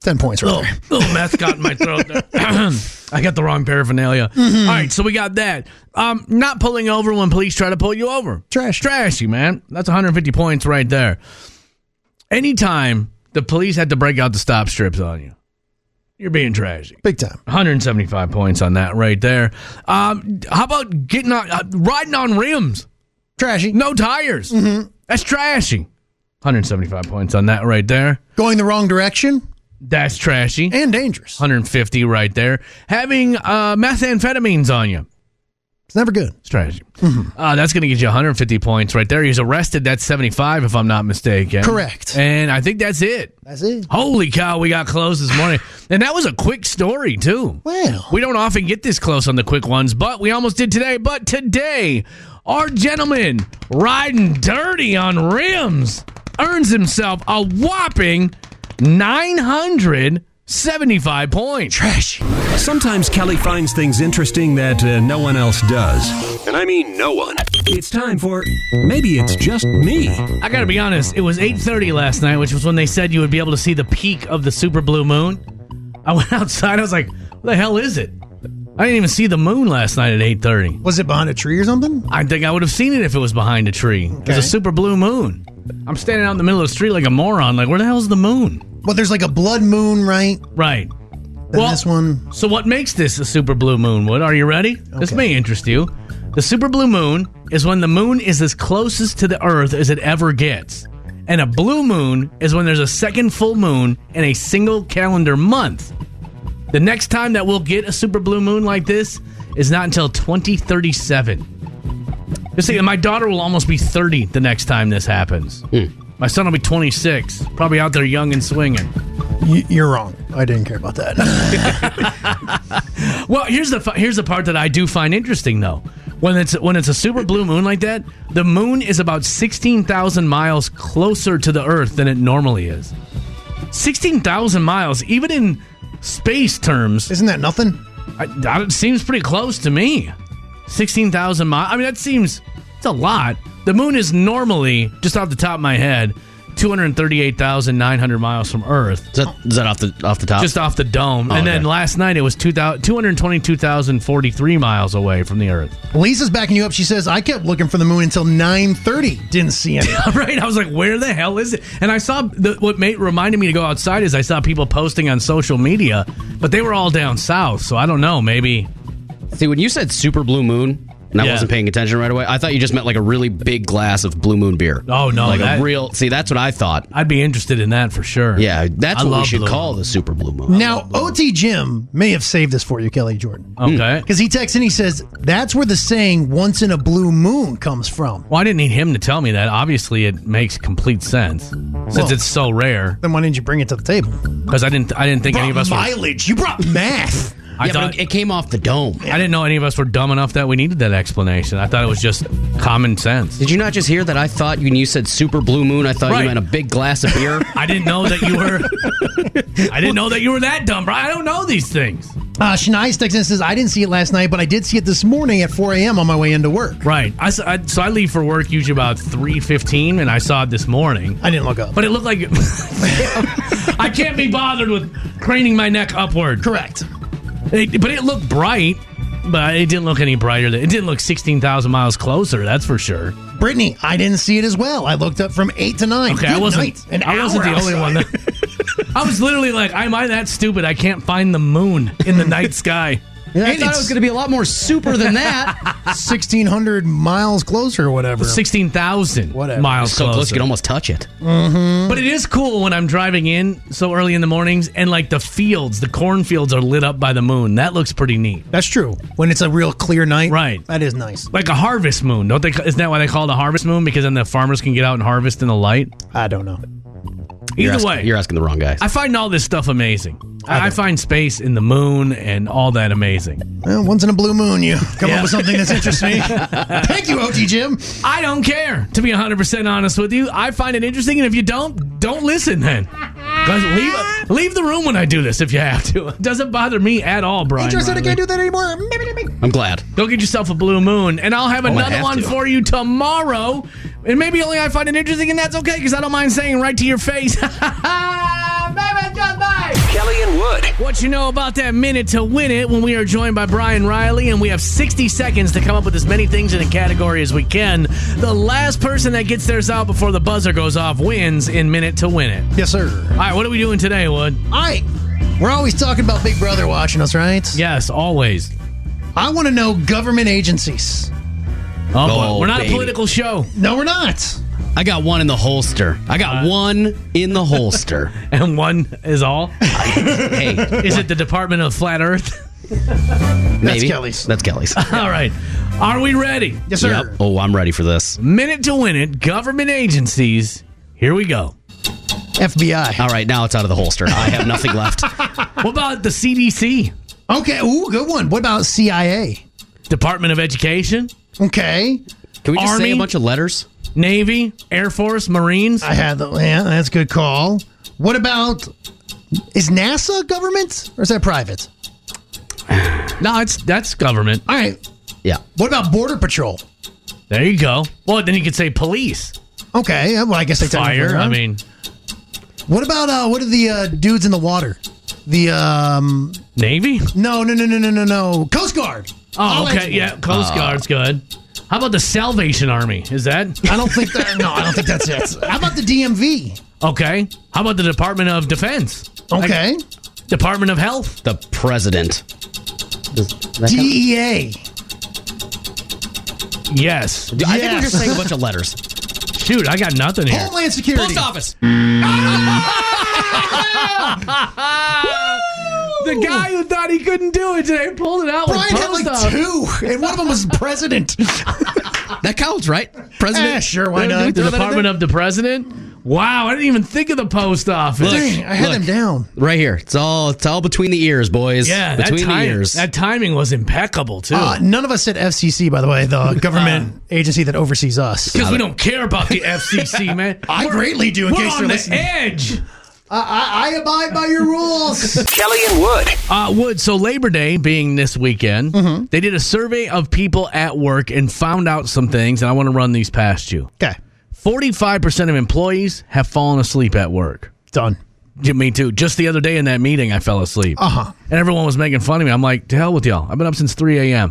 Speaker 2: Ten points right
Speaker 1: little,
Speaker 2: there.
Speaker 1: little meth got in my throat there. [CLEARS THROAT] I got the wrong paraphernalia. All
Speaker 2: Mm-hmm.
Speaker 1: right, so we got that. Um, not pulling over when police try to pull you over.
Speaker 2: Trash.
Speaker 1: Trashy, man. That's 150 points right there. Anytime The police had to break out the stop strips on you. You're being tragic.
Speaker 2: Big time.
Speaker 1: 175 points on that right there. Um, how about getting on uh, riding on rims?
Speaker 2: Trashy.
Speaker 1: No tires. That's trashy. 175 points on that right there.
Speaker 2: Going the wrong direction
Speaker 1: That's trashy.
Speaker 2: and dangerous.
Speaker 1: 150 right there. Having uh, methamphetamines on you.
Speaker 2: It's never good.
Speaker 1: It's trashy.
Speaker 2: Mm-hmm.
Speaker 1: Uh, that's going to get you 150 points right there. He's arrested. That's 75, if I'm not mistaken.
Speaker 2: Correct.
Speaker 1: And I think that's it.
Speaker 2: That's it.
Speaker 1: Holy cow, we got close this morning. and that was a quick story, too.
Speaker 2: Well.
Speaker 1: We don't often get this close on the quick ones, but we almost did today. But today, our gentleman riding dirty on rims earns himself a whopping 975 points.
Speaker 2: Trashy.
Speaker 6: Sometimes Kelly finds things interesting that uh, no one else does. And I mean no one. It's time for Maybe It's Just Me.
Speaker 1: I gotta be honest. It was 8:30 last night, which was when they said you would be able to see the peak of the super blue moon. I went [LAUGHS] outside. I was like, "What the hell is it?" I didn't even see the moon last night at 8:30.
Speaker 2: Was it behind a tree or something?
Speaker 1: I think I would have seen it if it was behind a tree. It was
Speaker 2: Okay.
Speaker 1: a super blue moon. I'm standing out in the middle of the street like a moron. Like, where the hell's the moon?
Speaker 2: Well, there's like a blood moon, right?
Speaker 1: Right.
Speaker 2: Then
Speaker 1: Well-
Speaker 2: this one.
Speaker 1: So, what makes this a super blue moon? What are you ready? This
Speaker 2: Okay.
Speaker 1: may interest you. The super blue moon is when the moon is as closest to the Earth as it ever gets, and a blue moon is when there's a second full moon in a single calendar month. The next time that we'll get a super blue moon like this is not until 2037. Just thinking, my daughter will almost be 30 the next time this happens. My son will be 26, probably out there young and swinging.
Speaker 2: Y- you're wrong. I didn't care about that. [LAUGHS]
Speaker 1: Well, here's the fu- here's the part that I do find interesting though. When it's when it's a super blue moon like that, the moon is about 16,000 miles closer to the earth than it normally is. 16,000 miles even in space terms,
Speaker 2: Isn't that nothing?
Speaker 1: I, that seems pretty close to me. 16,000 miles. I mean that seems it's a lot. The moon is normally just off the top of my head 238,900 miles from earth
Speaker 8: Is that, is that off the off the top?
Speaker 1: just off the dome.
Speaker 8: Oh,
Speaker 1: and then
Speaker 8: okay.
Speaker 1: last night it was 2000 222,043 miles away from the Earth.
Speaker 2: Lisa's backing you up. She says, I kept looking for the moon until 9.30. Didn't see any.
Speaker 1: [LAUGHS] right? I was like, where the hell is it? And I saw the, what made, reminded me to go outside is I saw people posting on social media, but they were all down south. So I don't know. Maybe.
Speaker 8: See, when you said super blue moon, and I
Speaker 1: Yeah.
Speaker 8: wasn't paying attention right away, I thought you just meant like a really big glass of blue moon beer.
Speaker 1: Oh, no.
Speaker 8: like
Speaker 1: that-
Speaker 8: a real. See, that's what I thought.
Speaker 1: I'd be interested in that for sure.
Speaker 8: Yeah, that's
Speaker 1: I
Speaker 8: what we
Speaker 1: love
Speaker 8: should
Speaker 1: blue
Speaker 8: call
Speaker 1: moon.
Speaker 8: the super blue moon.
Speaker 2: Now, OT Jim may have saved this for you, Kelly Jordan.
Speaker 1: Okay.
Speaker 2: Because he texts and he says, that's where the saying once in a blue moon comes from.
Speaker 1: Well, I didn't need him to tell me that. Obviously, it makes complete sense since
Speaker 2: Well-
Speaker 1: it's so rare.
Speaker 2: Then why didn't you bring it to the table?
Speaker 1: Because I didn't, I didn't think any of us were.
Speaker 2: mileage. You brought math. [LAUGHS]
Speaker 1: I
Speaker 8: yeah,
Speaker 1: thought
Speaker 8: but it came off the dome.
Speaker 1: I didn't know any of us were dumb enough that we needed that explanation. I thought it was just common sense.
Speaker 8: Did you not just hear that? I thought when you said super blue moon, I thought
Speaker 1: Right.
Speaker 8: you meant a big glass of
Speaker 1: [LAUGHS]
Speaker 8: beer.
Speaker 1: I didn't know that you were. I didn't know that you were that dumb, bro. I don't know these things.
Speaker 2: Uh, Shanice texts and says, I didn't see it last night, but I did see it this morning at 4 a.m. on my way into work.
Speaker 1: Right. I, s- I- so I leave for work usually about three fifteen, and I saw it this morning.
Speaker 2: I didn't look up.
Speaker 1: But it [LAUGHS] looked like I can't be bothered with craning my neck upward.
Speaker 2: correct.
Speaker 1: It- but it looked bright. But it didn't look any brighter. Than, it didn't look sixteen thousand miles closer. That's for sure.
Speaker 2: Brittany, I didn't see it as well. I looked up from 8 to 9.
Speaker 1: Okay, I
Speaker 2: Good
Speaker 1: wasn't.
Speaker 2: night. An
Speaker 1: I wasn't the
Speaker 2: hour
Speaker 1: only one.
Speaker 2: outside.
Speaker 1: that- I was literally like, "Am I that stupid? I can't find the moon in the night sky."
Speaker 8: I
Speaker 2: And
Speaker 8: thought it
Speaker 2: it's
Speaker 8: was going to be a lot more super than that.
Speaker 2: [LAUGHS] 1,600 miles closer or whatever.
Speaker 1: Sixteen thousand
Speaker 2: Whatever.
Speaker 1: miles
Speaker 8: so close
Speaker 1: closer.
Speaker 8: you could almost touch it. Mm.
Speaker 1: But it is cool when I'm driving in so early in the mornings and like the fields, the cornfields are lit up by the moon. That looks pretty neat.
Speaker 2: That's true. When it's a real clear night.
Speaker 1: Right.
Speaker 2: That is nice.
Speaker 1: Like a harvest moon, don't they? Isn't that why they call it a harvest moon? Because then the farmers can get out and harvest in the light.
Speaker 2: I don't know.
Speaker 8: You're
Speaker 1: Either
Speaker 8: asking-
Speaker 1: way,
Speaker 8: you're asking the wrong guy.
Speaker 1: I find all this stuff amazing. I, I find space in the moon and all that amazing.
Speaker 2: Well, once in a blue moon, you come up with something that's interesting. Thank you, OT Jim.
Speaker 1: I don't care to be 100 percent honest with you. I find it interesting, and if you don't, don't listen.
Speaker 8: [LAUGHS]
Speaker 1: Then Guys, leave leave the room when I do this if you have to. It doesn't bother me at all, Brian.
Speaker 2: Interested? I
Speaker 1: Riley.
Speaker 2: can't do that anymore.
Speaker 8: I'm glad.
Speaker 1: Go get yourself a blue moon, and I'll have another
Speaker 8: have
Speaker 1: one
Speaker 8: to.
Speaker 1: for you tomorrow. And maybe only I [LAUGHS] find it interesting, and that's okay because I don't mind saying right to your face. Baby, just mine.
Speaker 6: Kelly and Wood.
Speaker 1: What you know about that minute to win it when we are joined by Brian Riley, and we have 60 seconds to come up with as many things in a category as we can. The last person that gets theirs out before the buzzer goes off wins in minute to win it.
Speaker 2: Yes, sir.
Speaker 1: All right, what are we doing today, Wood?
Speaker 2: All right. We're always talking about Big Brother watching us, right?
Speaker 1: Yes, always.
Speaker 2: I want to know government agencies.
Speaker 1: Oh, boy.
Speaker 8: Oh,
Speaker 1: We're not
Speaker 8: baby.
Speaker 1: a political show,
Speaker 2: No, we're not.
Speaker 8: I got one in the holster. I got
Speaker 1: Uh,
Speaker 8: one in
Speaker 1: [LAUGHS]
Speaker 8: the holster.
Speaker 1: and one is all.
Speaker 8: hey,
Speaker 1: Is it the Department of Flat Earth? [LAUGHS]
Speaker 8: maybe
Speaker 2: Kelly's.
Speaker 8: That's Kelly's.
Speaker 1: all right. Are we ready?
Speaker 2: Yes, sir.
Speaker 8: Yep. Oh, I'm ready for this.
Speaker 1: Minute to win it, government agencies. Here we go.
Speaker 2: FBI.
Speaker 8: All right, now it's out of the holster. I have
Speaker 1: [LAUGHS]
Speaker 8: nothing left.
Speaker 1: What about the CDC?
Speaker 2: Okay. Ooh, good one. What about CIA?
Speaker 1: Department of Education,
Speaker 2: Okay.
Speaker 8: Can we just say
Speaker 1: Army?
Speaker 8: a bunch of letters?
Speaker 1: Navy, Air Force, Marines.
Speaker 2: I had the. Yeah, that's a good call. What about. Is NASA government or is that private?
Speaker 1: No, it's that's government.
Speaker 2: All right.
Speaker 8: Yeah.
Speaker 2: What about Border Patrol?
Speaker 1: There you go. Well, then you could say police,
Speaker 2: Okay. yeah, Well, I guess they technically
Speaker 1: fire.
Speaker 2: are.
Speaker 1: I mean,
Speaker 2: What about uh, what are the uh, dudes in the water? The um,
Speaker 1: Navy.
Speaker 2: no, no, no, no, no, no, no, Coast Guard.
Speaker 1: Oh,
Speaker 2: All Ah.
Speaker 1: okay.
Speaker 2: exports.
Speaker 1: Yeah, Coast Guard's good. How about the Salvation Army? Is
Speaker 2: [LAUGHS]
Speaker 1: that
Speaker 2: I don't think that. No, I don't think
Speaker 1: [LAUGHS]
Speaker 2: that's it. How about the DMV?
Speaker 1: okay? How about the Department of Defense,
Speaker 2: Okay,
Speaker 1: Department of Health,
Speaker 8: The president. Does that count?
Speaker 2: DEA.
Speaker 1: yes.
Speaker 8: I think we're
Speaker 2: Yes.
Speaker 8: just saying a bunch of
Speaker 1: [LAUGHS]
Speaker 8: letters.
Speaker 1: Shoot, I got nothing here.
Speaker 2: Homeland Security.
Speaker 8: Post
Speaker 1: [LAUGHS]
Speaker 8: office.
Speaker 1: The guy who thought he couldn't do it today pulled it out. with
Speaker 2: Brian had
Speaker 1: post
Speaker 2: like
Speaker 1: office.
Speaker 2: two, and one of
Speaker 1: [LAUGHS]
Speaker 2: them was president.
Speaker 8: That counts, right? President.
Speaker 2: Eh, sure, why
Speaker 1: The
Speaker 2: not?
Speaker 1: Department of the President. Wow, I didn't even think of the post office.
Speaker 2: Dang, I had
Speaker 8: Look.
Speaker 2: them down.
Speaker 8: Right here. It's all it's all between the ears, boys.
Speaker 1: Yeah, that,
Speaker 8: between the
Speaker 1: time-
Speaker 8: ears.
Speaker 1: that timing was impeccable too.
Speaker 2: Uh, none of us said FCC, by the way,
Speaker 1: Uh,
Speaker 2: the government agency that oversees us.
Speaker 1: Because we don't care about [LAUGHS] the FCC, man.
Speaker 2: I greatly do. In
Speaker 1: We're
Speaker 2: case
Speaker 1: on
Speaker 2: you're
Speaker 1: the
Speaker 2: listening,
Speaker 1: edge.
Speaker 2: I, I abide by your rules.
Speaker 6: Kelly and Wood.
Speaker 1: Uh, Wood, so Labor Day being this weekend, they did a survey of people at work and found out some things, and I want to run these past you.
Speaker 2: [LAUGHS] okay,
Speaker 1: 45% of employees have fallen asleep at work.
Speaker 2: done.
Speaker 1: Yeah, Me too. Just the other day in that meeting, I fell asleep. Uh
Speaker 2: Uh-huh.
Speaker 1: And everyone was making fun of me. I'm like, to hell with y'all. I've been up since 3 a.m.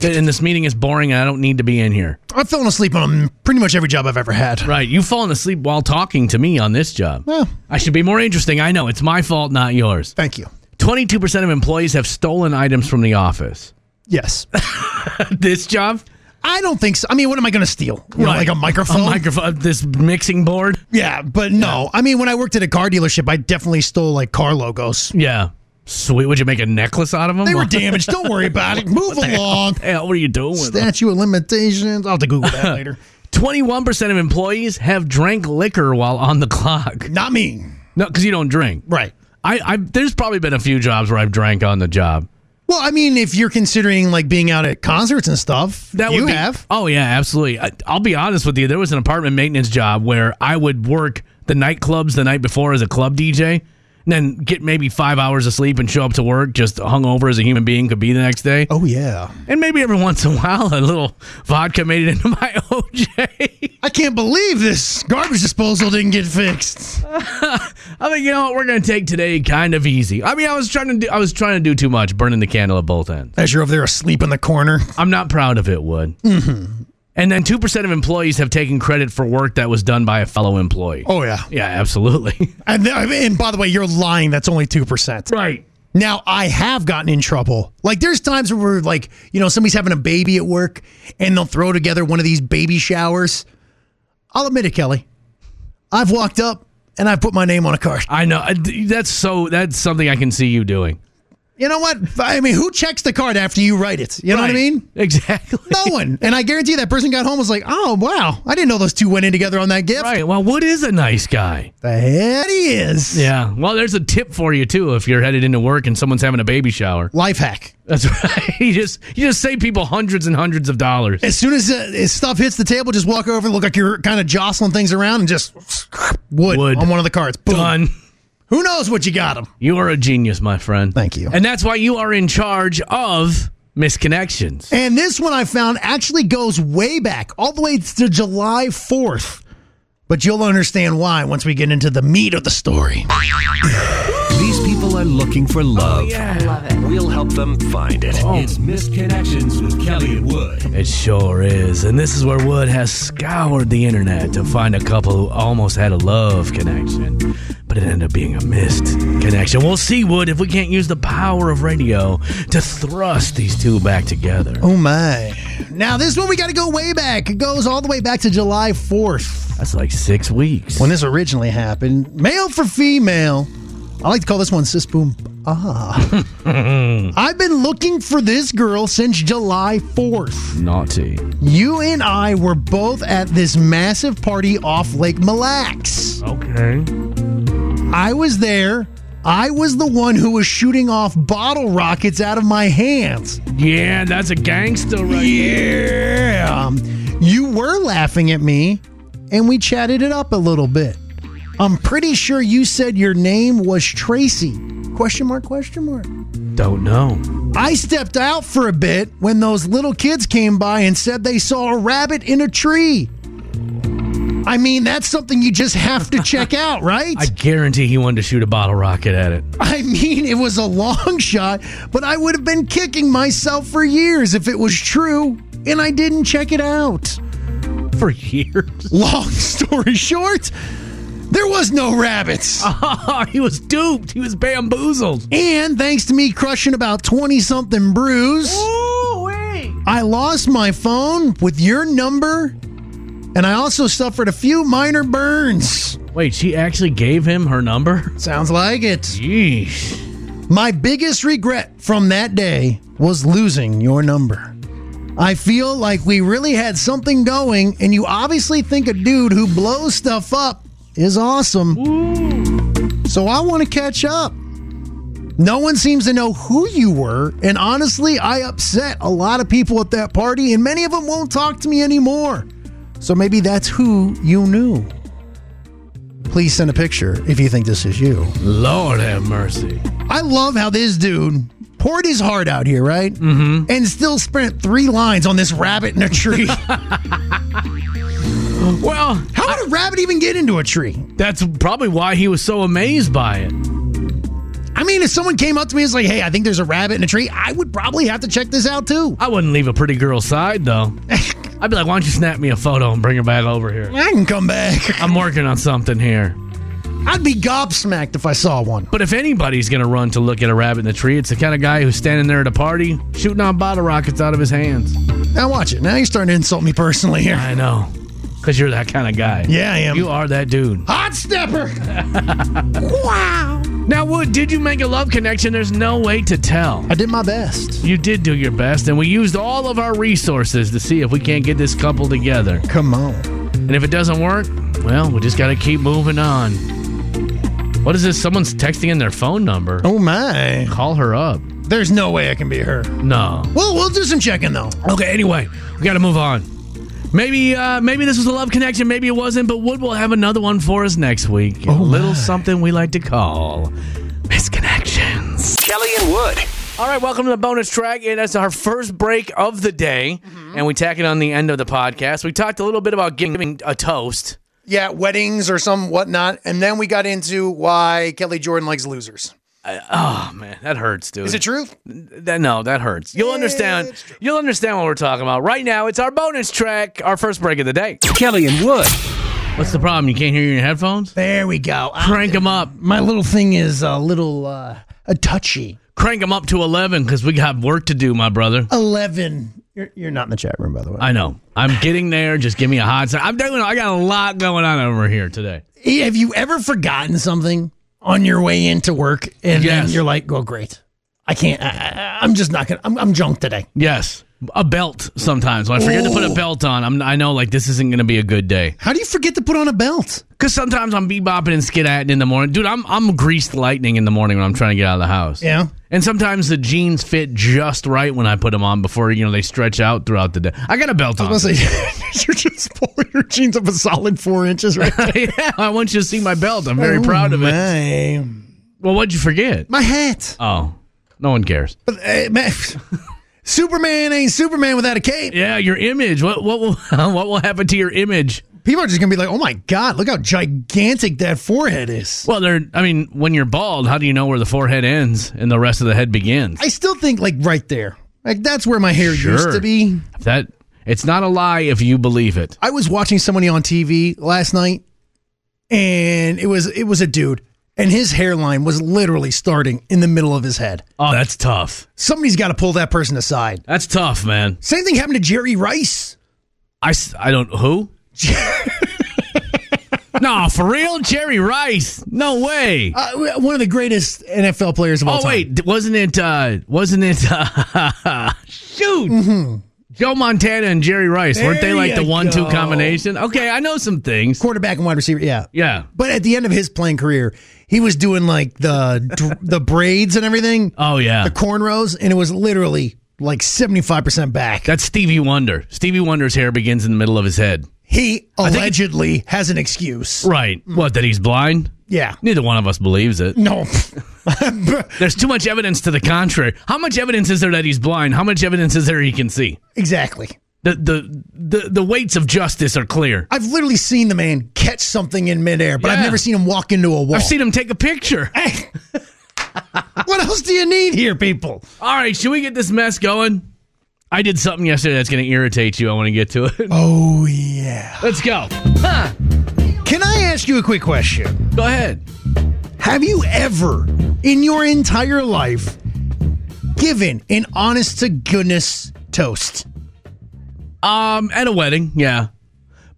Speaker 1: And this meeting is boring, and I don't need to be in here.
Speaker 2: I've fallen asleep on pretty much every job I've ever had.
Speaker 1: Right. You've fallen asleep while talking to me on this job.
Speaker 2: Well.
Speaker 1: I should be more interesting. I know. It's my fault, not yours.
Speaker 2: Thank you.
Speaker 1: 22% of employees have stolen items from the office.
Speaker 2: Yes. [LAUGHS]
Speaker 1: This job?
Speaker 2: I don't think so. I mean, what am I going to steal? You know,
Speaker 1: Right.
Speaker 2: like a microphone?
Speaker 1: A microphone, uh, this mixing board?
Speaker 2: yeah, but no. I mean, when I worked at a car dealership, I definitely stole like car [LAUGHS] logos.
Speaker 1: Yeah. Sweet. Would you make a necklace out of them?
Speaker 2: They were damaged. Don't worry about it. Move along.
Speaker 1: Hell, what are you doing with them?
Speaker 2: Statue of limitations. I'll have to Google [LAUGHS] that later.
Speaker 1: 21% of employees have drank liquor while on the clock.
Speaker 2: Not me.
Speaker 1: No, because you don't drink.
Speaker 2: Right.
Speaker 1: I, I There's probably been a few jobs where I've drank on the job.
Speaker 2: Well, I mean, if you're considering like being out at concerts and stuff,
Speaker 1: That
Speaker 2: you
Speaker 1: would be,
Speaker 2: have.
Speaker 1: Oh yeah, absolutely. I, I'll be honest with you. There was an apartment maintenance job where I would work the nightclubs the night before as a club DJ, and then get maybe five hours of sleep and show up to work just hungover as a human being could be the next day.
Speaker 2: Oh, yeah.
Speaker 1: And maybe every [LAUGHS] once in a while, a little vodka made it into my [LAUGHS] OJ.
Speaker 2: I can't believe this garbage disposal didn't get fixed.
Speaker 1: I think you know what we're gonna take today kind of easy. I mean, I was trying to do, I was trying to do too much, burning the candle at both ends.
Speaker 2: As you're over there asleep in the corner.
Speaker 1: I'm not proud of it, Wood. Mm-hmm. And then two percent of employees have taken credit for work that was done by a fellow employee.
Speaker 2: Oh, yeah.
Speaker 1: Yeah, absolutely. [LAUGHS]
Speaker 2: And, th- and by the way, you're lying. That's only 2%.
Speaker 1: Right.
Speaker 2: Now I have gotten in trouble. Like there's times where we're like, you know, somebody's having a baby at work and they'll throw together one of these baby showers. I'll admit it, Kelly. I've walked up and I've put my name on a card.
Speaker 1: I know. I- That's so. That's something I can see you doing.
Speaker 2: You know what? I mean, who checks the card after you write it? You know what I mean?
Speaker 1: Exactly.
Speaker 2: [LAUGHS] No one. And I guarantee that person got home and was like, oh wow, I didn't know those two went in together on that gift.
Speaker 1: Right. Well, Wood is a nice guy.
Speaker 2: That he is.
Speaker 1: Yeah. Well, there's a tip for you too if you're headed into work and someone's having a baby shower.
Speaker 2: Life hack.
Speaker 1: That's [LAUGHS] right. You just you just save people hundreds and hundreds of dollars.
Speaker 2: As soon as, uh, as stuff hits the table, just walk over, look like you're kind of jostling things around, and just wood,
Speaker 1: Wood.
Speaker 2: on one of the cards. Boom.
Speaker 1: Done.
Speaker 2: Who knows what you got him?
Speaker 1: You are a genius, my friend.
Speaker 2: Thank you.
Speaker 1: And that's why you are in charge of misconnections.
Speaker 2: And this one I found actually goes way back, all the way to July 4th. But you'll understand why once we get into the meat of the story.
Speaker 6: These people are looking for love. We'll help them find it. It's Missed Connections with Kelly and Wood.
Speaker 1: It sure is. And this is where Wood has scoured the internet to find a couple who almost had a love connection, but it ended up being a missed connection. We'll see, Wood, if we can't use the power of radio to thrust these two back together.
Speaker 2: Oh my. Now this one we got to go way back. It goes all the way back to July 4th
Speaker 1: That's like six weeks.
Speaker 2: when this originally happened. Male for female. I like to call this one sis boom. Ah. I've been looking for this girl since July 4th.
Speaker 1: Naughty.
Speaker 2: You and I were both at this massive party off Lake Mille Lacs.
Speaker 1: Okay.
Speaker 2: I was there. I was the one who was shooting off bottle rockets out of my hands.
Speaker 1: Yeah, that's a gangster right
Speaker 2: Yeah. You were laughing at me, and we chatted it up a little bit. I'm pretty sure you said your name was Tracy. Question mark, question mark.
Speaker 1: Don't know.
Speaker 2: I stepped out for a bit when those little kids came by and said they saw a rabbit in a tree. I mean, that's something you just have to check out, right?
Speaker 1: I guarantee he wanted to shoot a bottle rocket at it.
Speaker 2: [LAUGHS] I mean, it was a long shot, but I would have been kicking myself for years if it was true and I didn't check it out.
Speaker 1: For [LAUGHS] years.
Speaker 2: Long [LAUGHS] story short, there was no rabbits.
Speaker 1: Oh, he was duped. He was bamboozled.
Speaker 2: And thanks to me crushing about 20 something brews, I lost my phone with your number and I also suffered a few minor burns.
Speaker 1: Wait, she actually gave him her number?
Speaker 2: Sounds like it.
Speaker 1: Yeesh.
Speaker 2: My biggest regret from that day was losing your number. I feel like we really had something going, and you obviously think a dude who blows stuff up is awesome. So I want to catch up. No one seems to know who you were, and honestly, I upset a lot of people at that party, and many of them won't talk to me anymore. So maybe that's who you knew. Please send a picture if you think this is you.
Speaker 1: Lord have mercy.
Speaker 2: I love how this dude poured his heart out here, right? Mm-hmm. And still spent three lines on this rabbit in a tree. how
Speaker 1: Well,
Speaker 2: would a rabbit even get into a tree?
Speaker 1: that's probably why he was so amazed by it.
Speaker 2: I mean, if someone came up to me and was like, hey, I think there's a rabbit in a tree, I would probably have to check this out too. [LAUGHS]
Speaker 1: I wouldn't leave a pretty girl side, though. I'd be like, why don't you snap me a photo and bring her back over here?
Speaker 2: I can come back.
Speaker 1: I'm working on something here.
Speaker 2: I'd be gobsmacked if I saw one.
Speaker 1: But if anybody's going to run to look at a rabbit in the tree, it's the kind of guy who's standing there at a party shooting on bottle rockets out of his hands.
Speaker 2: Now, watch it. Now you're starting to insult me personally here.
Speaker 1: I know. Because you're that kind of guy.
Speaker 2: Yeah, I am.
Speaker 1: You are that dude.
Speaker 2: Hot stepper! wow!
Speaker 1: Now, Wood, did you make a love connection? There's no way to tell.
Speaker 2: I did my best.
Speaker 1: You did do your best, and we used all of our resources to see if we can't get this couple together.
Speaker 2: Come on.
Speaker 1: And if it doesn't work, well, we just got to keep moving on. What is this? Someone's texting in their phone number.
Speaker 2: Oh my.
Speaker 1: Call her up.
Speaker 2: There's no way it can be her.
Speaker 1: No.
Speaker 2: Well, we'll do some checking though.
Speaker 1: Okay, anyway, we got to move on. Maybe uh, maybe this was a love connection, maybe it wasn't, but Wood will have another one for us next week. a little something we like to call misconnections.
Speaker 6: Kelly and Wood.
Speaker 1: All right, welcome to the bonus track. It is our first break of the day,
Speaker 2: Mm-hmm.
Speaker 1: and we tack it on the end of the podcast. We talked a little bit about giving a toast.
Speaker 2: yeah, weddings or some whatnot. And then we got into why Kelly Jordan likes losers.
Speaker 1: Oh man, that hurts, dude.
Speaker 2: Is it true?
Speaker 1: That, no, that hurts. You'll understand. You'll understand what we're talking about. Right now, it's our bonus track, our first break of the day.
Speaker 6: Kelly and Wood.
Speaker 1: What's the problem? You can't hear your headphones?
Speaker 2: There we go. I-
Speaker 1: Crank them up.
Speaker 2: my little thing is a little uh, a touchy.
Speaker 1: Crank them up to eleven because we got work to do, my brother.
Speaker 2: Eleven. You're, you're not in the chat room, by the way.
Speaker 1: I know. I'm getting there. Just give me a hot. Second. I'm doing. I got a lot going on over here today.
Speaker 2: Have you ever forgotten something on your way into work, and then
Speaker 1: Yes.
Speaker 2: you're like, "Oh, great, I can't. I, I, I'm just not gonna. I'm, I'm junk today."
Speaker 1: Yes, a belt sometimes. When I forget to put a belt on, I'm, I know like this isn't going to be a good day.
Speaker 2: How do you forget to put on a belt?
Speaker 1: Because sometimes I'm bebopping and skid-atting in the morning. Dude, I'm, I'm greased lightning in the morning when I'm trying to get out of the house.
Speaker 2: Yeah.
Speaker 1: And sometimes the jeans fit just right when I put them on before, you know, they stretch out throughout the day. I got a belt on.
Speaker 2: say, [LAUGHS] you're just pulling your jeans up a solid four inches, [LAUGHS] right?
Speaker 1: [LAUGHS] yeah, I want you to see my belt. I'm
Speaker 2: Oh,
Speaker 1: very proud of it.
Speaker 2: My,
Speaker 1: Well, what'd you forget?
Speaker 2: my hat.
Speaker 1: Oh, no one cares.
Speaker 2: But uh, man, [LAUGHS] Superman ain't Superman without a
Speaker 1: [LAUGHS]
Speaker 2: cape.
Speaker 1: Yeah, your image. What what will what will happen to your image?
Speaker 2: People are just gonna be like, "Oh my god, look how gigantic that forehead is."
Speaker 1: Well, they're. I mean, when you're bald, how do you know where the forehead ends and the rest of the head begins?
Speaker 2: I still think like right there, like that's where my hair used
Speaker 1: Sure.
Speaker 2: to be.
Speaker 1: That it's not a lie if you believe it.
Speaker 2: I was watching somebody on TV last night, and it was it was a dude, and his hairline was literally starting in the middle of his head.
Speaker 1: Oh, that's tough.
Speaker 2: Somebody's got to pull that person aside.
Speaker 1: That's tough, man.
Speaker 2: Same thing happened to Jerry Rice.
Speaker 1: I, s- I don't [LAUGHS] who. no, for real, Jerry Rice. No way.
Speaker 2: Uh, one of the greatest NFL players of all
Speaker 1: oh
Speaker 2: time.
Speaker 1: wait, wasn't it? uh Wasn't it? [LAUGHS] Uh, shoot. Joe Montana and Jerry Rice weren't they
Speaker 2: There
Speaker 1: like the
Speaker 2: you
Speaker 1: one-two
Speaker 2: go.
Speaker 1: combination? Okay, I know some things.
Speaker 2: quarterback and wide receiver. Yeah,
Speaker 1: Yeah.
Speaker 2: But at the end of his playing career, he was doing like the dr- [LAUGHS] the braids and everything,
Speaker 1: Oh yeah.
Speaker 2: the cornrows, and it was literally like seventy five percent back.
Speaker 1: That's Stevie Wonder. Stevie Wonder's hair begins in the middle of his head.
Speaker 2: He allegedly has an excuse.
Speaker 1: Right. What? That he's blind? [LAUGHS]
Speaker 2: Yeah.
Speaker 1: Neither one of us believes it.
Speaker 2: No.
Speaker 1: There's too much evidence to the contrary. How much evidence is there that he's blind? How much evidence is there he can see?
Speaker 2: [LAUGHS] exactly.
Speaker 1: The the the, the weights of justice are clear.
Speaker 2: I've literally seen the man catch something in midair, but I've
Speaker 1: Yeah.
Speaker 2: never seen him walk into a wall.
Speaker 1: I've
Speaker 2: [LAUGHS]
Speaker 1: seen him take a picture.
Speaker 2: what else do you need here, people?
Speaker 1: All right, should we get this mess going? I did something yesterday that's going to irritate you. I want to get to it.
Speaker 2: Oh yeah.
Speaker 1: [LAUGHS] Let's go.
Speaker 2: Can I ask you a quick question?
Speaker 1: Go ahead.
Speaker 2: Have you ever in your entire life given an honest to goodness toast?
Speaker 1: Um, at a wedding, yeah.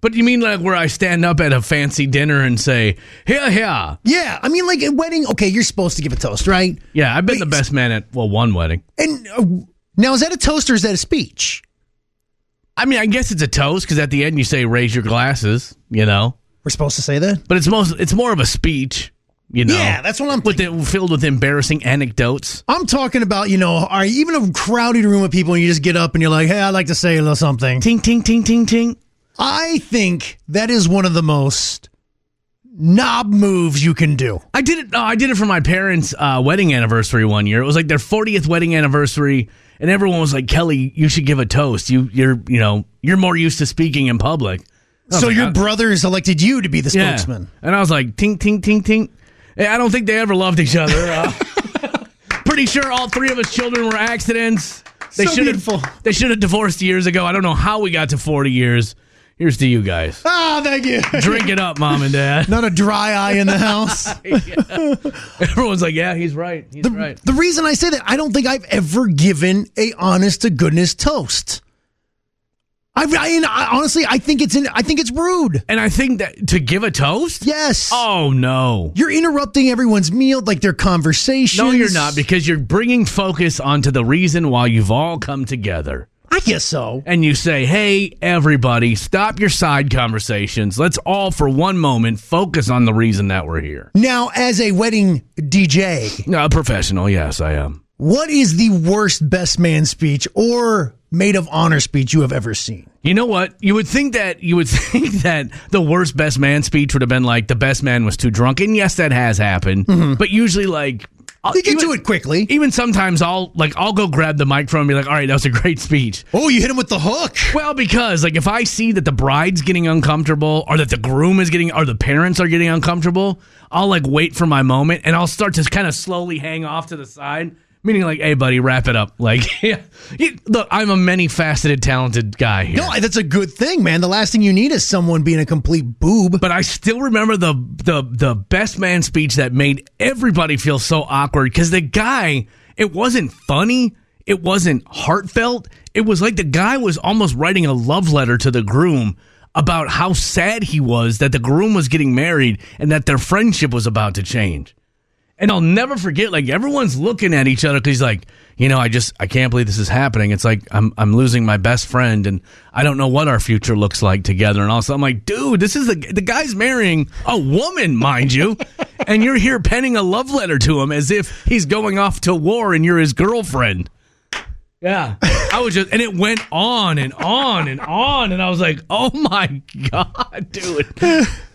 Speaker 1: But you mean like where I stand up at a fancy dinner and say, "Here, here."
Speaker 2: Yeah, I mean, like a wedding, okay, you're supposed to give a toast, right?
Speaker 1: Yeah, I've been the best man at well one wedding.
Speaker 2: And uh, now, is that a toast or is that a speech?
Speaker 1: I mean, I guess it's a toast because at the end you say, "Raise your glasses," you know.
Speaker 2: We're supposed to say that?
Speaker 1: But it's most it's more of a speech, you know.
Speaker 2: Yeah, that's what I'm
Speaker 1: with it, filled with embarrassing anecdotes.
Speaker 2: I'm talking about, you know, all right, even a crowded room of people, and you just get up and you're like, hey, I'd like to say a little something.
Speaker 1: Ting ting ting ting ting.
Speaker 2: I think that is one of the most knob moves you can do.
Speaker 1: I did it. No, I did it for my parents' uh, wedding anniversary one year. It was like their 40th wedding anniversary, and everyone was like, "Kelly, you should give a toast. You, you're, you know, you're more used to speaking in public." I was
Speaker 2: So
Speaker 1: like,
Speaker 2: your
Speaker 1: I-
Speaker 2: brothers elected you to be the
Speaker 1: yeah.
Speaker 2: spokesman.
Speaker 1: And I was like, "Ting ting ting ting." And I don't think they ever loved each other.
Speaker 2: [LAUGHS]
Speaker 1: Uh, pretty sure all three of us children were accidents. They
Speaker 2: So
Speaker 1: should
Speaker 2: beautiful.
Speaker 1: have. They should have divorced years ago. I don't know how we got to 40 years. Here's to you guys.
Speaker 2: Ah, thank you. [LAUGHS]
Speaker 1: Drink it up, mom and dad. [LAUGHS]
Speaker 2: Not a dry eye in the house.
Speaker 1: Everyone's like, "Yeah, he's right. He's right."
Speaker 2: [LAUGHS] The reason I say that, I don't think I've ever given a honest to goodness toast. I, I, and I honestly, I think it's in. I think it's rude.
Speaker 1: And I think that to give a toast?
Speaker 2: Yes.
Speaker 1: Oh no.
Speaker 2: You're interrupting everyone's meal, like their conversation.
Speaker 1: No, you're not because you're bringing focus onto the reason why you've all come together.
Speaker 2: I guess so.
Speaker 1: And you say, "Hey, everybody, stop your side conversations. Let's all for one moment focus on the reason that we're here."
Speaker 2: Now, as a wedding DJ,
Speaker 1: No, professional. Yes, I am.
Speaker 2: what is the worst best man speech or maid of honor speech you have ever seen?
Speaker 1: You know what? You would think that you would [LAUGHS] think that the worst best man speech would have been like the best man was too drunk, and yes, that has happened. But usually, like I'll-
Speaker 2: You Mm-hmm. can
Speaker 1: even-
Speaker 2: do it quickly.
Speaker 1: Even sometimes I'll like I'll go grab the microphone and be like, "All right, that was a great speech."
Speaker 2: Oh, you hit him with the hook.
Speaker 1: Well, because like if I see that the bride's getting uncomfortable, or that the groom is getting, or the parents are getting uncomfortable, I'll like wait for my moment and I'll start to kind of slowly hang off to the side, meaning like, "Hey, buddy, wrap it up." Like, [LAUGHS] yeah, You- look, I'm a many faceted, talented guy here.
Speaker 2: No, that's a good thing, man. The last thing you need is someone being a complete boob.
Speaker 1: but I still remember the the the best man speech that made everybody feel so awkward because the guy it wasn't funny, it wasn't heartfelt. It was like the guy was almost writing a love letter to the groom about how sad he was that the groom was getting married and that their friendship was about to change. And I'll never forget, like everyone's looking at each other because he's like, you know, I just I can't believe this is happening. It's like I'm I'm losing my best friend, and I don't know what our future looks like together. And also, I'm like, dude, this is the the guy's marrying a woman, mind you, and you're here penning a love letter to him as if he's going off to war and you're his girlfriend. Yeah, I was just, and it went on and on and on, and I was like, "Oh my god, dude!"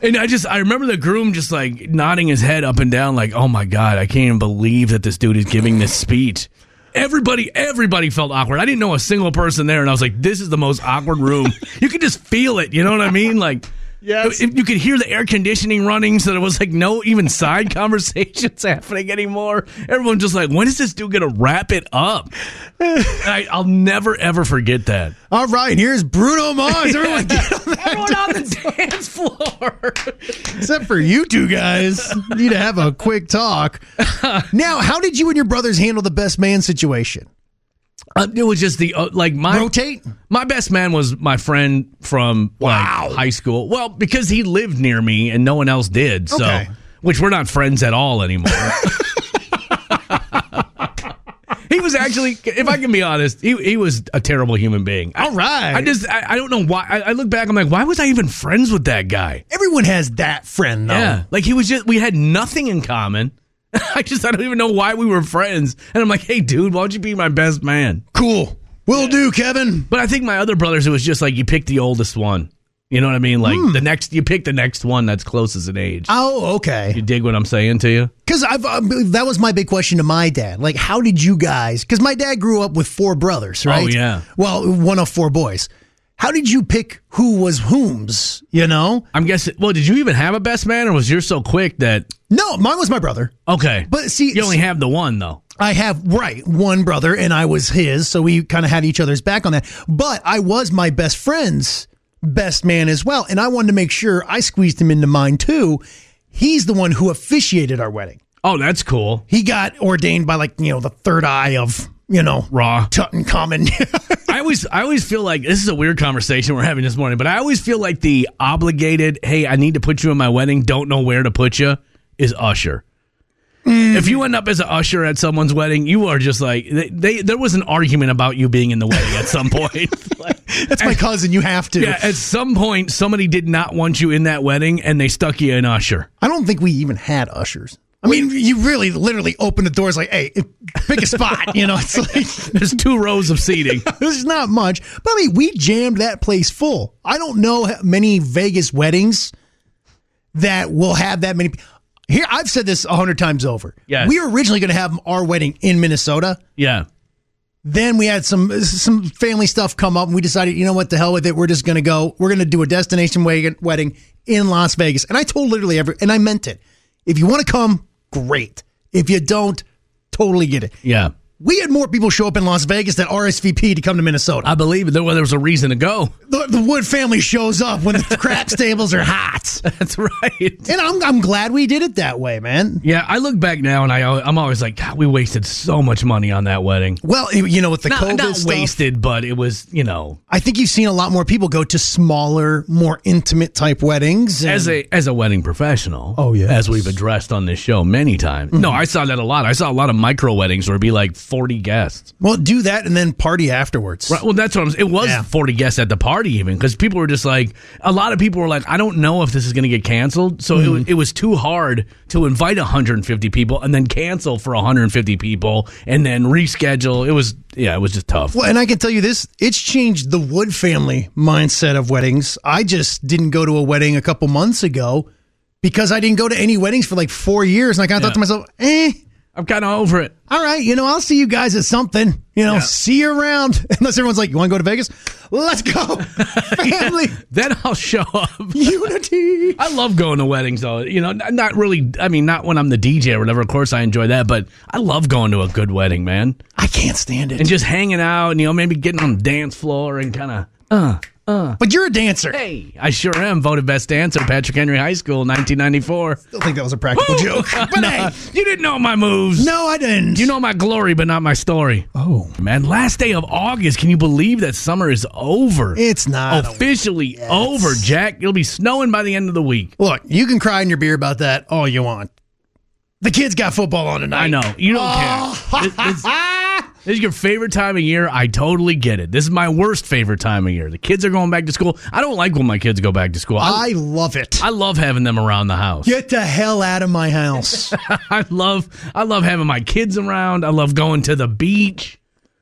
Speaker 1: And I just, I remember the groom just like nodding his head up and down, like, "Oh my god, I can't even believe that this dude is giving this speech." Everybody, everybody felt awkward. I didn't know a single person there, and I was like, "This is the most awkward room." you could just feel it. You know what I mean? Like,
Speaker 9: Yes.
Speaker 1: If you could hear the air conditioning running, so there was like no even side [LAUGHS] conversations happening anymore. Everyone just like, when is this dude gonna wrap it up? I, I'll never ever forget that.
Speaker 2: All right, here's Bruno Mars.
Speaker 1: [LAUGHS]
Speaker 2: [LAUGHS] Everyone get on that.
Speaker 1: Everyone on the dance floor. [LAUGHS]
Speaker 2: Except for you two guys. Need to have a quick
Speaker 1: [LAUGHS]
Speaker 2: talk. Now, how did you and your brothers handle the best man situation?
Speaker 1: Uh, it was just the uh, like my
Speaker 2: Rotate?
Speaker 1: My best man was my friend from
Speaker 2: Wow.
Speaker 1: like, high school. Well, because he lived near me and no one else did. So,
Speaker 2: Okay.
Speaker 1: which we're not friends at all anymore.
Speaker 2: [LAUGHS]
Speaker 1: he was actually, if I can be honest, he, he was a terrible human being. I-
Speaker 2: All right.
Speaker 1: I, just, I, I don't know why. I, I look back, I'm like, why was I even friends with that guy?
Speaker 2: Everyone has that friend, though.
Speaker 1: Yeah. Like he was just, we had nothing in common. [LAUGHS] I just, I don't even know why we were friends. And I'm like, hey, dude, why don't you be my best man?
Speaker 2: Cool. Will do, Kevin.
Speaker 1: But I think my other brothers, it was just like you pick the oldest one. You know what I mean? Like
Speaker 2: Hmm.
Speaker 1: the next, you pick the next one that's closest in age.
Speaker 2: Oh, okay.
Speaker 1: You dig what I'm saying to you?
Speaker 2: Because I've uh, that was my big question to my dad. Like, how did you guys? Because my dad grew up with four brothers, right?
Speaker 1: Oh, yeah.
Speaker 2: Well, one of four boys. How did you pick who was whom's? You know?
Speaker 1: I'm guessing. Well, did you even have a best man, or was yours so quick that?
Speaker 2: No, mine was my brother.
Speaker 1: Okay,
Speaker 2: But see,
Speaker 1: you only have the one though.
Speaker 2: I have right one brother, and I was his, so we kind of had each other's back on that. But I was my best friend's best man as well, and I wanted to make sure I squeezed him into mine too. He's the one who officiated our wedding.
Speaker 1: Oh, that's cool.
Speaker 2: He got ordained by like you know the third eye of you know
Speaker 1: Raw.
Speaker 2: Tutankhamun. [LAUGHS]
Speaker 1: I always, I always feel like this is a weird conversation we're having this morning, but I always feel like the obligated, hey, I need to put you in my wedding, don't know where to put you, is usher. If you end up as an usher at someone's wedding, you are just like they, they. There was an argument about you being in the wedding at some point. [LAUGHS] Like,
Speaker 2: That's my cousin. You have to.
Speaker 1: yeah, at some point, somebody did not want you in that wedding, and they stuck you in usher.
Speaker 2: I don't think we even had ushers. I mean, you really literally open the doors like, hey, pick a spot. You know,
Speaker 1: [LAUGHS]
Speaker 2: it's like
Speaker 1: There's two rows of seating.
Speaker 2: There's not much. But I mean, we jammed that place full. I don't know how many Vegas weddings that will have that many. pe- Here, I've said this a hundred times over.
Speaker 1: Yes.
Speaker 2: we were originally going to have our wedding in Minnesota.
Speaker 1: [LAUGHS] Yeah,
Speaker 2: Then we had some some family stuff come up, and we decided, you know what, the hell with it. We're just going to go. We're going to do a destination wed- wedding in Las Vegas. And I told literally every, and I meant it. If you want to come, great. If you don't, totally get it.
Speaker 1: yeah.
Speaker 2: We had more people show up in Las Vegas than RSVP to come to Minnesota
Speaker 1: I believe there, well, there was a reason to go. [LAUGHS]
Speaker 2: the, the Wood family shows up when the craps tables are hot.
Speaker 1: That's right.
Speaker 2: And I'm, I'm glad we did it that way, man.
Speaker 1: Yeah, I look back now and I, al- I'm always like, God, we wasted so much money on that wedding.
Speaker 2: Well, you you know, with the
Speaker 1: Not,
Speaker 2: COVID
Speaker 1: not
Speaker 2: stuff,
Speaker 1: wasted, but it was, you know,
Speaker 2: I think you've seen a lot more people go to smaller, more intimate type weddings. and-
Speaker 1: as a as a wedding professional.
Speaker 2: Oh, yes. Mm-hmm.
Speaker 1: as we've addressed on this show many times. No, I saw that a lot. I saw a lot of micro weddings where it'd be like 40 guests.
Speaker 2: well, do that and then party afterwards.
Speaker 1: Right, well, that's what I'm. It was
Speaker 2: Yeah.
Speaker 1: 40 guests at the party even because people were just like a lot of people were like, I don't know if this is going to get canceled, so
Speaker 2: Mm-hmm.
Speaker 1: it, was, it was too hard to invite 150 people and then cancel for 150 people and then reschedule. It was yeah, it was just tough.
Speaker 2: Well, and I can tell you this, it's changed the Wood family mindset of weddings. I just didn't go to a wedding a couple months ago because I didn't go to any weddings for like four years. And I kind of thought to myself, eh,
Speaker 1: I'm kind of over it.
Speaker 2: all right, you know, I'll see you guys at something. You know, see you around. [LAUGHS] Unless everyone's like, you want to go to Vegas?
Speaker 1: [LAUGHS]
Speaker 2: Let's go. Family
Speaker 1: Then I'll show up.
Speaker 2: unity.
Speaker 1: I love going to weddings though. You know, not, not really. I mean, not when I'm the DJ or whatever. Of course, I enjoy that, but I love going to a good wedding, man,
Speaker 2: I can't stand it.
Speaker 1: and just hanging out. And, you know, maybe getting on the dance floor and kind of. Uh,
Speaker 2: but you're a dancer. I
Speaker 1: hey, I sure am. Voted best dancer, Patrick Henry High School, 1994.
Speaker 2: don't think that was a practical joke. [LAUGHS] But
Speaker 1: Nah,
Speaker 2: hey,
Speaker 1: [LAUGHS] you didn't know my moves.
Speaker 2: no, I didn't.
Speaker 1: You know my glory, but not my story.
Speaker 2: Oh.
Speaker 1: man, last day of August. Can you believe that summer is over?
Speaker 2: it's
Speaker 1: Oh,
Speaker 2: not. a-
Speaker 1: officially over, Jack. It'll be snowing by the end of the week.
Speaker 2: Look, you can cry in your beer about that all you want. The kids got football on tonight. Ah!
Speaker 1: I know. You don't
Speaker 2: Oh.
Speaker 1: care. It- it's-
Speaker 2: [LAUGHS]
Speaker 1: this is your favorite time of year. I totally get it. This is my worst favorite time of year. The kids are going back to school. I don't like when my kids go back to school. I,
Speaker 2: I love it.
Speaker 1: I love having them around the house.
Speaker 2: Get the hell out of my house.
Speaker 1: [LAUGHS] I love I love having my kids around. I love going to the beach.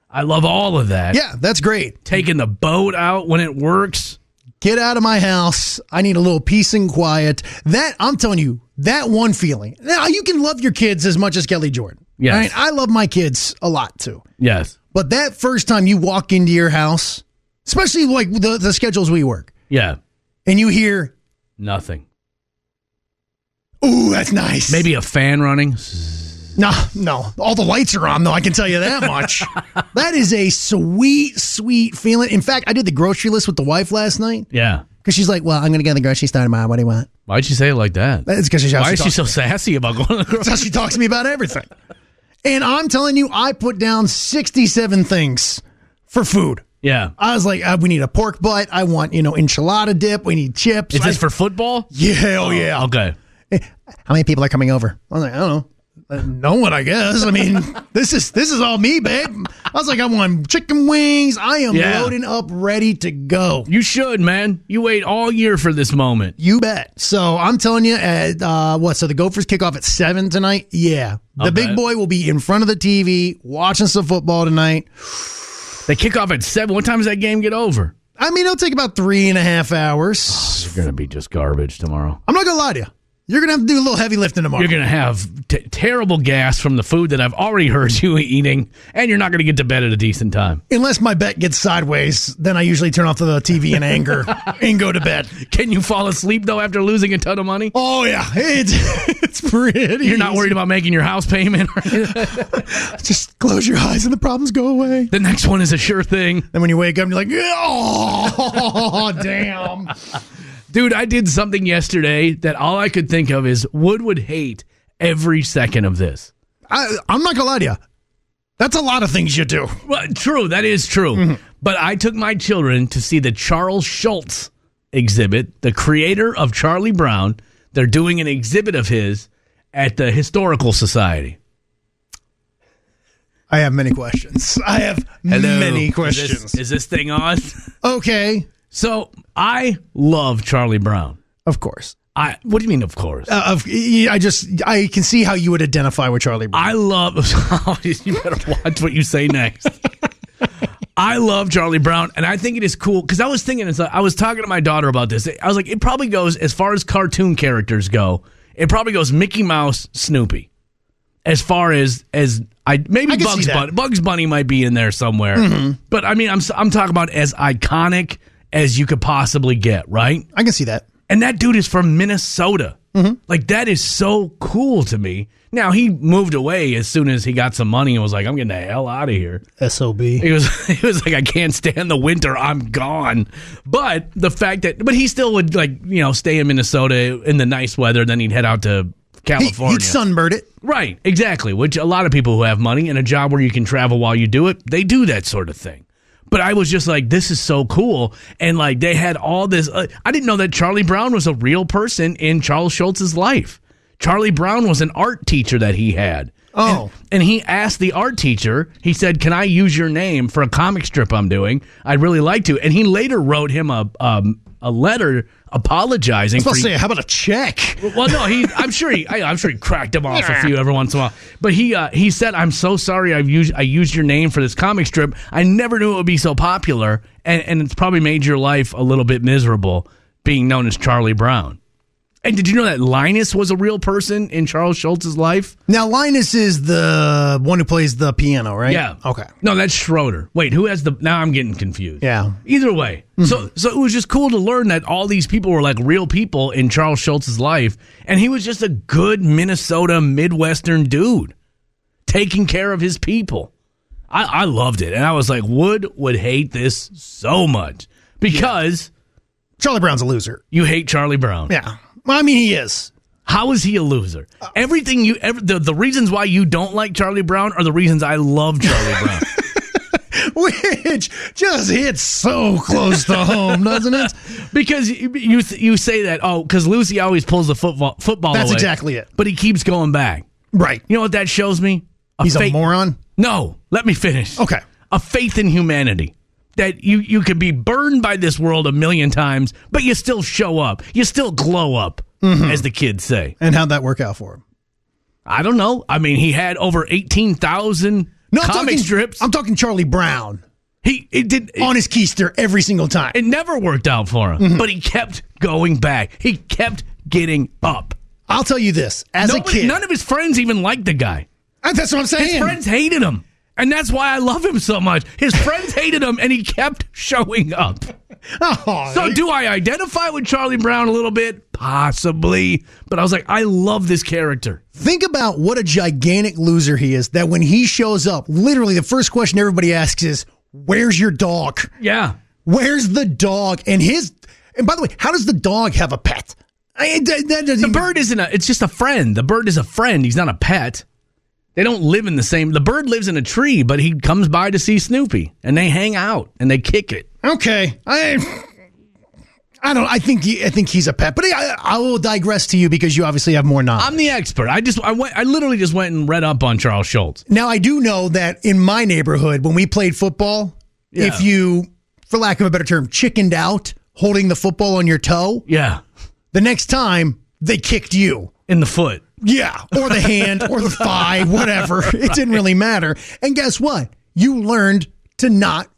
Speaker 1: I love all of that.
Speaker 2: yeah, that's great.
Speaker 1: Taking the boat out when it works.
Speaker 2: get out of my house. I need a little peace and quiet. That I'm telling you, that one feeling. Now you can love your kids as much as Kelly Jordan.
Speaker 1: Yes.
Speaker 2: I love my kids a lot too.
Speaker 1: Yes.
Speaker 2: But that first time you walk into your house, especially like the, the schedules we work,
Speaker 1: Yeah.
Speaker 2: and you hear
Speaker 1: Nothing.
Speaker 2: Ooh, that's nice.
Speaker 1: Maybe a fan running.
Speaker 2: No, no. All the lights are on, though. I can tell you
Speaker 1: [LAUGHS]
Speaker 2: that much. that is a sweet, sweet feeling. In fact, I did the grocery list with the wife last night
Speaker 1: Yeah.
Speaker 2: because she's like, "Well, I'm going to go to the grocery store tomorrow. What do you want?"
Speaker 1: Why'd you say it like that?
Speaker 2: That's because she's how
Speaker 1: Why
Speaker 2: she
Speaker 1: is she
Speaker 2: talks.
Speaker 1: so sassy about going to the
Speaker 2: [LAUGHS] That's
Speaker 1: grocery
Speaker 2: how she talks to me about everything. And I'm telling you, I put down 67 things for food.
Speaker 1: Yeah.
Speaker 2: I was like, uh, "We need a pork butt. I want, you know, enchilada dip. We need chips."
Speaker 1: Is
Speaker 2: I-
Speaker 1: this for football?
Speaker 2: [LAUGHS] Yeah, oh yeah.
Speaker 1: Okay.
Speaker 2: how many people are coming over? I was like, I don't know. Uh, No one, I guess. I mean, [LAUGHS] this is this is all me, babe. I was like, I want chicken wings. I am
Speaker 1: Yeah.
Speaker 2: loading up, ready to go.
Speaker 1: You should, man. You wait all year for this moment.
Speaker 2: You bet. So I'm telling you, at uh, what? So the Gophers kick off at seven tonight. Yeah, the
Speaker 1: I'll
Speaker 2: big
Speaker 1: bet.
Speaker 2: boy will be in front of the TV watching some football tonight.
Speaker 1: They kick off at seven. What time does that game get over?
Speaker 2: I mean, it'll take about three and a half hours.
Speaker 1: You're gonna be just garbage tomorrow.
Speaker 2: I'm not gonna lie to you. You're gonna have to do a little heavy lifting tomorrow.
Speaker 1: You're gonna have t- terrible gas from the food that I've already heard you [LAUGHS] eating, and you're not gonna get to bed at a decent time.
Speaker 2: Unless my bet gets sideways, then I usually turn off the TV in
Speaker 1: [LAUGHS]
Speaker 2: anger and go to bed.
Speaker 1: Can you fall asleep though after losing a ton of money?
Speaker 2: Oh yeah, it's [LAUGHS] it's pretty.
Speaker 1: You're not worried about making your house payment. [LAUGHS]
Speaker 2: Just close your eyes and the problems go away.
Speaker 1: the next one is a sure thing.
Speaker 2: Then when you wake up, you're like, [LAUGHS] oh damn.
Speaker 1: Dude, I did something yesterday that all I could think of is Wood would hate every second of this.
Speaker 2: I, I'm not gonna lie to you. That's a lot of things you do.
Speaker 1: Well, true, that is true.
Speaker 2: Mm-hmm.
Speaker 1: But I took my children to see the Charles Schultz exhibit, the creator of Charlie Brown. They're doing an exhibit of his at the Historical Society.
Speaker 2: I have many questions. I have many questions.
Speaker 1: Is this, is this thing on?
Speaker 2: okay,
Speaker 1: so I love Charlie Brown.
Speaker 2: of course.
Speaker 1: I what do you mean? Of course,
Speaker 2: Uh, of, I just I can see how you would identify with Charlie Brown.
Speaker 1: I love. [LAUGHS] you better watch what you say
Speaker 2: [LAUGHS]
Speaker 1: next. I love Charlie Brown, and I think it is cool because I was thinking, it's like, I was talking to my daughter about this. I was like, it probably goes as far as cartoon characters go. It probably goes Mickey Mouse, Snoopy. As far as as I maybe
Speaker 2: I can see
Speaker 1: Bugs
Speaker 2: that. Mm-hmm.
Speaker 1: Bunny, Bugs Bunny might be in there somewhere, but I mean, I'm s- I'm talking about as iconic as you could possibly get, right?
Speaker 2: I can see that.
Speaker 1: And that dude is from Minnesota.
Speaker 2: Mm-hmm.
Speaker 1: Like that is so cool to me. Now he moved away as soon as he got some money and was like, "I'm getting the hell out of here."
Speaker 2: Sob.
Speaker 1: He was [LAUGHS] he was like, "I can't stand the winter. I'm gone." But the fact that but he still would like you know stay in Minnesota in the nice weather, then he'd head out to
Speaker 2: He,
Speaker 1: California.
Speaker 2: he'd sunburned it.
Speaker 1: Right, exactly. Which a lot of people who have money and a job where you can travel while you do it, they do that sort of thing. But I was just like, this is so cool. And like, they had all this. Uh, I didn't know that Charlie Brown was a real person in Charles Schultz's life. Charlie Brown was an art teacher that he had.
Speaker 2: Oh.
Speaker 1: And he asked the art teacher, he said, Can I use your name for a comic strip I'm doing? I'd really like to. And he later wrote him a, um, a letter apologizing
Speaker 2: I was about to
Speaker 1: for
Speaker 2: say, how about a check?
Speaker 1: well, no, he. I'm sure he. I, I'm sure he cracked him off a few every once in a while. But he uh, he said, "I'm so sorry. I've used I used your name for this comic strip. I never knew it would be so popular, and and it's probably made your life a little bit miserable being known as Charlie Brown." And did you know that Linus was a real person in Charles Schultz's life?
Speaker 2: Now Linus is the one who plays the piano, right?
Speaker 1: Yeah.
Speaker 2: Okay.
Speaker 1: No, that's Schroeder. Wait, who has the? Now I'm getting confused.
Speaker 2: Yeah. Mm-hmm.
Speaker 1: Either way, so so it was just cool to learn that all these people were like real people in Charles Schultz's life, and he was just a good Minnesota Midwestern dude, taking care of his people. I, I loved it, and I was like, Wood would hate this so much because
Speaker 2: Charlie Brown's a loser.
Speaker 1: you hate Charlie Brown.
Speaker 2: Yeah. Uh, Well, I mean, he is. [LAUGHS]
Speaker 1: How is he a loser? Everything you ever the, the reasons why you don't like Charlie Brown are the reasons I love
Speaker 2: [LAUGHS]
Speaker 1: Charlie Brown.
Speaker 2: Which just hits so close to home, doesn't [LAUGHS] it?
Speaker 1: Because you you, you say that oh because Lucy always pulls the football football.
Speaker 2: That's
Speaker 1: away,
Speaker 2: exactly it.
Speaker 1: But he keeps going back.
Speaker 2: Right.
Speaker 1: You know what that shows me?
Speaker 2: He's
Speaker 1: faith-
Speaker 2: a moron.
Speaker 1: No, let me finish.
Speaker 2: Okay.
Speaker 1: A faith in humanity that you you could be burned by this world a million times, but you still show up. You still glow up,
Speaker 2: Mm-hmm.
Speaker 1: as the kids say.
Speaker 2: And how'd that work out for him?
Speaker 1: I don't know. I mean, he had over eighteen thousand
Speaker 2: I'm
Speaker 1: comic
Speaker 2: talking,
Speaker 1: strips.
Speaker 2: I'm talking Charlie Brown
Speaker 1: he it did. It,
Speaker 2: on Mm-hmm. his keister every single time.
Speaker 1: it never worked out for him, but he kept going back. He kept getting up.
Speaker 2: I'll tell you this: as
Speaker 1: Nobody-
Speaker 2: a kid,
Speaker 1: None of his friends even liked the guy.
Speaker 2: Uh, that's what I'm
Speaker 1: His
Speaker 2: saying.
Speaker 1: friends hated him. And that's why I love him so much.
Speaker 2: [LAUGHS]
Speaker 1: His friends hated him and he kept showing up.
Speaker 2: Oh,
Speaker 1: So do I identify with Charlie Brown a little bit? possibly. But I was like, I love this character.
Speaker 2: Think about what a gigantic loser he is that when he shows up, literally the first question everybody asks is, Where's your dog?
Speaker 1: Yeah.
Speaker 2: Where's the dog? And his, and by the way, how does the dog have a pet? I, that, that doesn't
Speaker 1: The
Speaker 2: even-
Speaker 1: bird isn't a, it's just a friend. The bird is a friend. He's not a pet. They don't live in the same, the bird lives in a tree, but he comes by to see Snoopy and they hang out and they kick it.
Speaker 2: Okay, I, I don't. I think he, I think he's a pet, but I, I will digress to you because you obviously have more knowledge.
Speaker 1: I'm the expert. I just, I went, I literally just went and read up on Charles Schultz.
Speaker 2: now I do know that in my neighborhood, when we played football, if you, for lack of a better term, chickened out holding the football on your toe,
Speaker 1: Yeah.
Speaker 2: the next time they kicked you.
Speaker 1: In the foot.
Speaker 2: Yeah, [LAUGHS] or the hand or the [LAUGHS] thigh, whatever. It didn't really matter. And guess what? You learned to not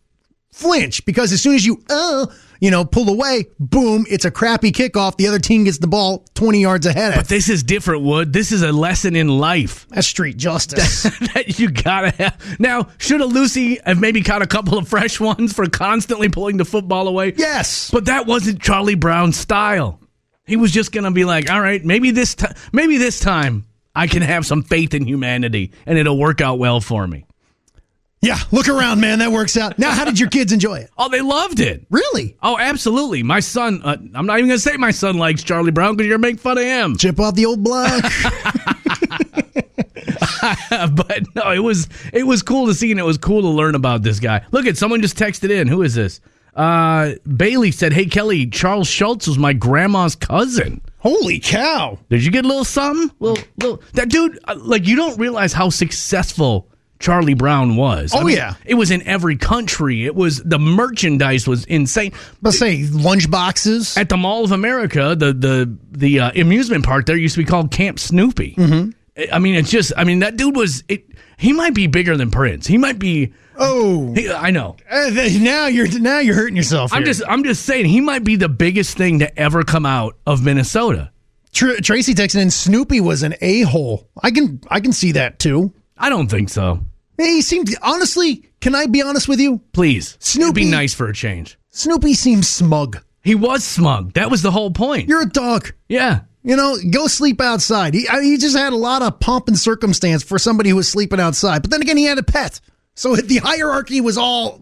Speaker 2: flinch because as soon as you uh, you know, pull away, boom, it's a crappy kickoff. The other team gets the ball 20 yards ahead.
Speaker 1: But
Speaker 2: Of.
Speaker 1: this is different, Wood. This is a lesson in life [LAUGHS]
Speaker 2: That's street justice.
Speaker 1: that you gotta have. Now, should a Lucy have maybe caught a couple of fresh [LAUGHS] ones for constantly pulling the football away?
Speaker 2: yes.
Speaker 1: But that wasn't Charlie Brown's style. He was just gonna be like, all right, maybe this time, maybe this time I can have some faith in humanity and it'll work out well for me.
Speaker 2: [LAUGHS] Yeah, look around, man. That works out. Now, how did your kids enjoy it?
Speaker 1: Oh, they loved it.
Speaker 2: Really?
Speaker 1: Oh, absolutely. My son, uh, I'm not even gonna say my son likes Charlie Brown because you're making fun of him.
Speaker 2: Chip off the old block.
Speaker 1: [LAUGHS] but no, it was it was cool to see and it was cool to learn about this guy. Look at someone just texted in. Who is this? Uh, Bailey said, "Hey Kelly, Charles Schultz was my grandma's cousin.
Speaker 2: [LAUGHS] Holy cow.
Speaker 1: Did you get a little something? Little, little that dude. uh, Like you don't realize how successful." Charlie Brown was.
Speaker 2: Oh, yeah.
Speaker 1: It was in every country. It was the merchandise was insane.
Speaker 2: Let's say lunch boxes.
Speaker 1: At the Mall of America, the the the uh, amusement park there used to be called Camp Snoopy.
Speaker 2: Mm-hmm.
Speaker 1: I- I mean, it's just I mean that dude was it he might be bigger than Prince. He might be
Speaker 2: Oh,
Speaker 1: He- I know.
Speaker 2: eh, th- now you're now you're hurting yourself.
Speaker 1: I'm
Speaker 2: here.
Speaker 1: just I'm just saying he might be the biggest thing to ever come out of Minnesota.
Speaker 2: Tr- Tracy texted in Snoopy was an a hole. I can I can see that too.
Speaker 1: I don't think so.
Speaker 2: He seemed honestly. Can I be honest with you?
Speaker 1: Please. It'd
Speaker 2: Snoopy.
Speaker 1: be nice for a change.
Speaker 2: Snoopy seems smug.
Speaker 1: He was smug. That was the whole point.
Speaker 2: You're a dog.
Speaker 1: yeah.
Speaker 2: You know, go sleep outside. He, I, he just had a lot of pomp and circumstance for somebody who was sleeping outside. But then again, he had a pet, so [LAUGHS] the hierarchy was all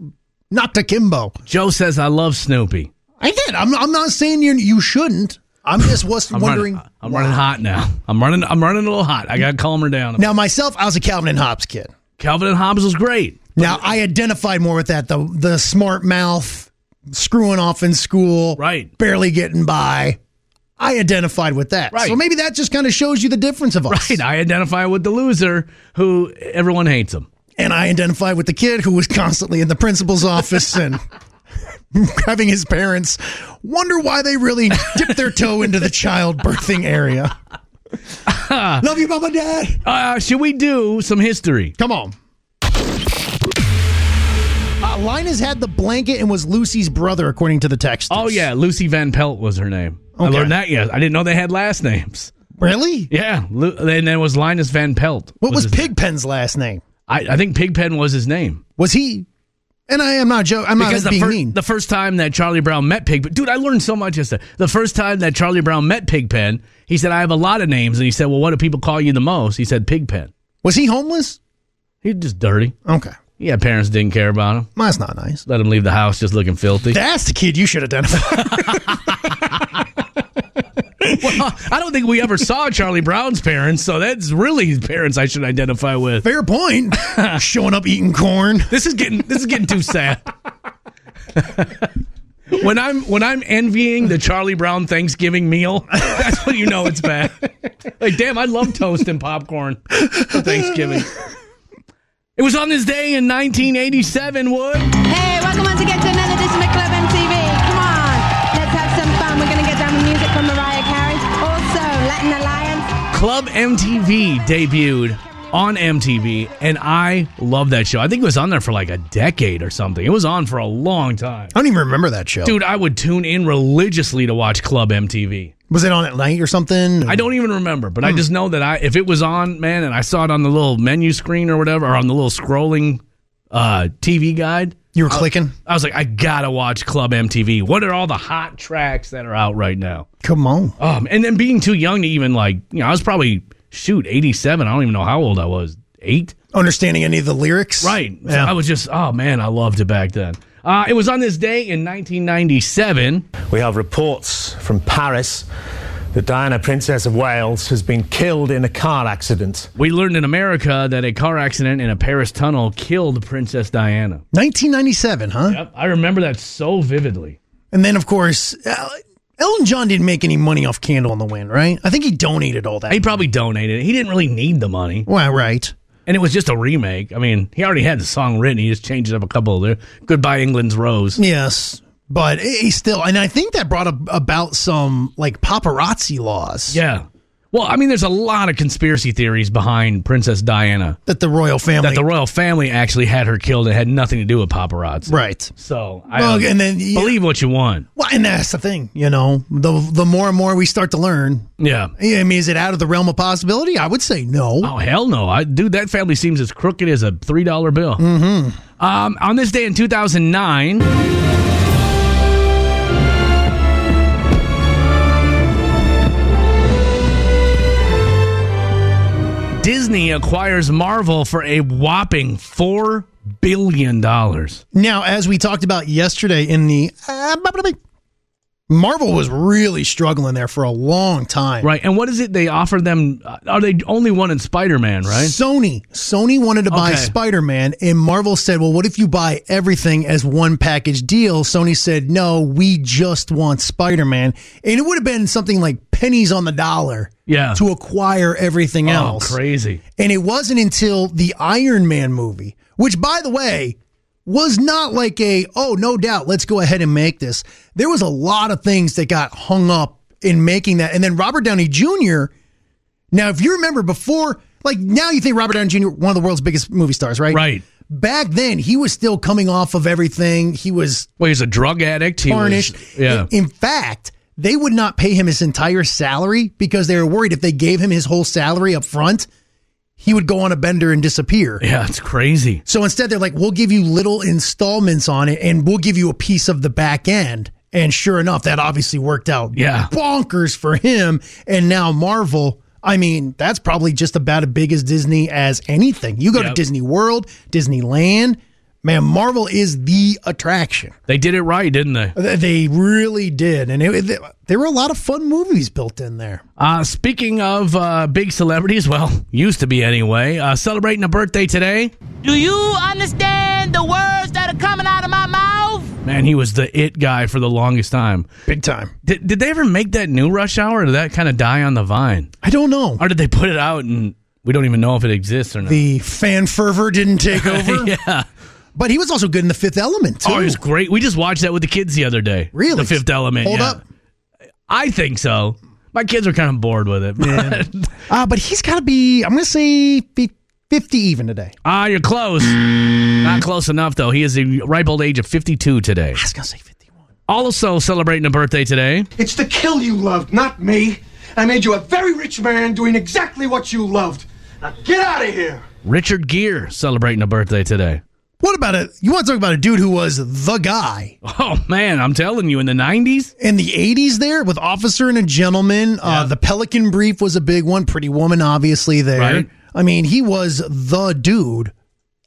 Speaker 2: not to Kimbo.
Speaker 1: Joe says I love Snoopy.
Speaker 2: I did. I'm, I'm not saying you you shouldn't. I'm just was
Speaker 1: [LAUGHS] I'm
Speaker 2: wondering.
Speaker 1: running, I'm running hot now. I'm running I'm running a little hot. I got to calm her down.
Speaker 2: Now myself, I was a Calvin and Hobbes kid.
Speaker 1: Calvin and Hobbes was great.
Speaker 2: Now I identified more with that the the smart mouth, screwing off in school,
Speaker 1: Right.
Speaker 2: Barely getting by. I identified with that.
Speaker 1: Right.
Speaker 2: So maybe that just kind of shows you the difference of us.
Speaker 1: Right. I identify with the loser who everyone hates him.
Speaker 2: And I identified with the kid who was constantly in the principal's office and [LAUGHS] having his parents wonder why they really dipped their toe into the child
Speaker 1: [LAUGHS]
Speaker 2: birthing area. Love you, mom and dad.
Speaker 1: Uh, should we do some history?
Speaker 2: Come on. Uh, Linus had the blanket and was Lucy's brother, according to the text.
Speaker 1: Oh yeah, Lucy Van Pelt was her name. I
Speaker 2: Okay.
Speaker 1: learned that yes. I didn't know they had last names.
Speaker 2: Really?
Speaker 1: Yeah, Lu- and then it was Linus Van Pelt.
Speaker 2: What was,
Speaker 1: his-
Speaker 2: Pigpen's last name?
Speaker 1: I, I think Pigpen was his name
Speaker 2: Was he? And I am not joking. I'm
Speaker 1: because
Speaker 2: not
Speaker 1: the
Speaker 2: being
Speaker 1: first
Speaker 2: Oh, mean.
Speaker 1: the first time that Charlie Brown met Pigpen, dude, I learned so much yesterday. The first time that Charlie Brown met Pigpen, he said, "I have a lot of names," and he said, "Well, what do people call you the most?" He said, "Pigpen."
Speaker 2: was he homeless?
Speaker 1: He was just dirty.
Speaker 2: Okay,
Speaker 1: He had parents that didn't care about him.
Speaker 2: well, that's not nice.
Speaker 1: Let him leave the house just looking filthy.
Speaker 2: That's the kid you
Speaker 1: [LAUGHS]
Speaker 2: should identify.
Speaker 1: well, I don't think we ever saw Charlie Brown's parents, so that's really his parents I should identify with. [LAUGHS]
Speaker 2: Fair point. Showing up eating corn.
Speaker 1: This is getting this is getting too sad. [LAUGHS] when I'm when I'm envying the Charlie Brown Thanksgiving meal, [LAUGHS] that's when you know it's bad. Like, damn, I love toast and popcorn for Thanksgiving. It was on this day in 1987. Wood.
Speaker 10: Hey, welcome once again to another edition of Club MTV. Come on, let's have some fun. We're going to get down with music from Mariah Carey. Also, Latin Alliance.
Speaker 1: Club MTV debuted on MTV, and I love that show. I think it was on there for like a decade or something. It was on for a long time.
Speaker 2: I don't even remember that show.
Speaker 1: Dude, I would tune in religiously to watch Club MTV.
Speaker 2: Was it on at night or something?
Speaker 1: I don't even remember, but I just know that I if it was on, man, and I saw it on the little menu screen or whatever, or on the little scrolling uh, TV guide,
Speaker 2: You were clicking.
Speaker 1: I was like, I gotta watch Club MTV. What are all the hot tracks that are out right now?
Speaker 2: Come on.
Speaker 1: Um, and then being too young to even like, you know, I was probably shoot eighty seven. I don't even know how old I was. Eight.
Speaker 2: Understanding any of the lyrics.
Speaker 1: Right. So
Speaker 2: Yeah.
Speaker 1: I was just, oh man, I loved it back then. Uh, it was on this day in 1997.
Speaker 11: We have reports from Paris that Diana, Princess of Wales, has been killed in a car accident.
Speaker 1: We learned in America that a car accident in a Paris tunnel killed Princess Diana.
Speaker 2: 1997, huh?
Speaker 1: Yep, I remember that so vividly.
Speaker 2: And then, of course, uh, Elton John didn't make any money off Candle on the Wind, right? I think he donated all that.
Speaker 1: He probably donated it. He didn't really need the money,
Speaker 2: well, right.
Speaker 1: and it was just a remake. I mean, he already had the song written. He just changed it up a couple of there. Goodbye England's Rose.
Speaker 2: Yes. But he still, and I think that brought up about some like paparazzi laws
Speaker 1: Yeah. Well, I mean, there's a lot of conspiracy theories behind Princess Diana
Speaker 2: that the royal family.
Speaker 1: that the royal family actually had her killed. It had nothing to do with paparazzi.
Speaker 2: right.
Speaker 1: So I
Speaker 2: Well,
Speaker 1: don't-
Speaker 2: and then-
Speaker 1: believe what you want.
Speaker 2: Well, and that's the thing, you know, the the more and more we start to learn,
Speaker 1: Yeah.
Speaker 2: I mean, is it out of the realm of possibility? I would say no.
Speaker 1: Oh hell no! I dude, that family seems as crooked as a three dollar bill. Mm-hmm. Um, on this day in two thousand nine, Disney acquires Marvel for a whopping four billion dollars.
Speaker 2: Now, as we talked about yesterday in the uh, Marvel was really struggling there for a long time.
Speaker 1: Right, and what is it they offer them? Uh, Are they only one in Spider Man? Right.
Speaker 2: Sony. Sony wanted to buy
Speaker 1: Okay.
Speaker 2: Spider Man, and Marvel said, Well, what if you buy everything as one package deal? Sony said, No, we just want Spider Man. And it would have been something like pennies on the dollar
Speaker 1: Yeah.
Speaker 2: to acquire everything
Speaker 1: Oh,
Speaker 2: else.
Speaker 1: crazy.
Speaker 2: And it wasn't until the Iron Man movie, which, by the way, was not like a, oh, no doubt, let's go ahead and make this. There was a lot of things that got hung up in making that. And then Robert Downey Jr. Now, if you remember before, like now you think Robert Downey Jr., one of the world's biggest movie stars, right?
Speaker 1: Right.
Speaker 2: Back then, he was still coming off of everything. He was
Speaker 1: Well, he's a drug addict. He was-
Speaker 2: tarnished.
Speaker 1: yeah.
Speaker 2: In, in fact, they would not pay him his entire salary because they were worried if they gave him his whole salary up front, he would go on a bender and disappear.
Speaker 1: yeah, it's crazy.
Speaker 2: So instead, they're like, we'll give you little installments on it and we'll give you a piece of the back end. And sure enough, that obviously worked out
Speaker 1: Yeah.
Speaker 2: bonkers for him. And now Marvel, I mean, that's probably just about as big as Disney as anything. You go to
Speaker 1: Yep.
Speaker 2: Disney World, Disneyland, man, Marvel is the attraction.
Speaker 1: They did it right, didn't they?
Speaker 2: Th- They really did. And it, it- there were a lot of fun movies built in there.
Speaker 1: Uh, speaking of uh, big celebrities, well, used to be anyway, uh, celebrating a birthday today.
Speaker 10: Do you understand the words that are coming out of my mouth?
Speaker 1: Man, he was the it guy for the longest time.
Speaker 2: Big time.
Speaker 1: Did, did they ever make that new Rush Hour, or did that kind of die on the vine?
Speaker 2: I don't know.
Speaker 1: Or did they put it out and we don't even know if it exists or not?
Speaker 2: The fan fervor
Speaker 1: [LAUGHS]
Speaker 2: didn't take over.
Speaker 1: yeah.
Speaker 2: But he was also good in the fifth element, too.
Speaker 1: Oh, it was great. We just watched that with the kids the other day.
Speaker 2: Really?
Speaker 1: The Fifth Element.
Speaker 2: Hold
Speaker 1: yeah.
Speaker 2: up.
Speaker 1: I think so. My kids are kind of bored with it. but-
Speaker 2: Uh, but he's got to be, I'm going to say fi- 50 even today.
Speaker 1: [LAUGHS] Ah, you're close. Not close enough, though. He is the ripe old age of 52 today.
Speaker 2: I was going to say 51.
Speaker 1: Also celebrating a birthday today.
Speaker 11: It's the kill you loved, not me. I made you a very rich man doing exactly what you loved. Now get out of here!
Speaker 1: Richard Gere celebrating a birthday today.
Speaker 2: What about a, you want to talk about a dude who was the guy
Speaker 1: Oh man, I'm telling you, in the '90s,
Speaker 2: in the 80s there with Officer and a Gentleman? Uh, the Pelican Brief was a big one. Pretty Woman, obviously, there.
Speaker 1: Right.
Speaker 2: I mean, he was the dude.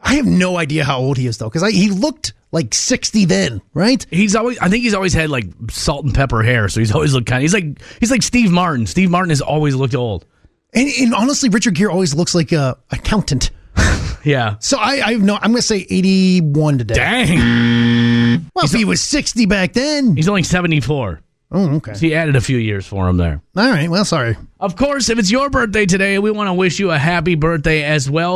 Speaker 2: I have no idea how old he is, though, because he looked like 60 then, right?
Speaker 1: he's always. I think he's always had like salt and pepper hair, so he's always looked kind. Of, he's like he's like Steve Martin. Steve Martin has always looked old.
Speaker 2: And, and honestly, Richard Gere always looks like a accountant.
Speaker 1: Yeah.
Speaker 2: So I, I have no, I'm going to say 81 today.
Speaker 1: Dang.
Speaker 2: Well, if he was 60 back then.
Speaker 1: He's only 74.
Speaker 2: Oh, okay.
Speaker 1: So he added a few years for him there.
Speaker 2: All right. Well, sorry.
Speaker 1: Of course, if it's your birthday today, we want to wish you a happy birthday as well.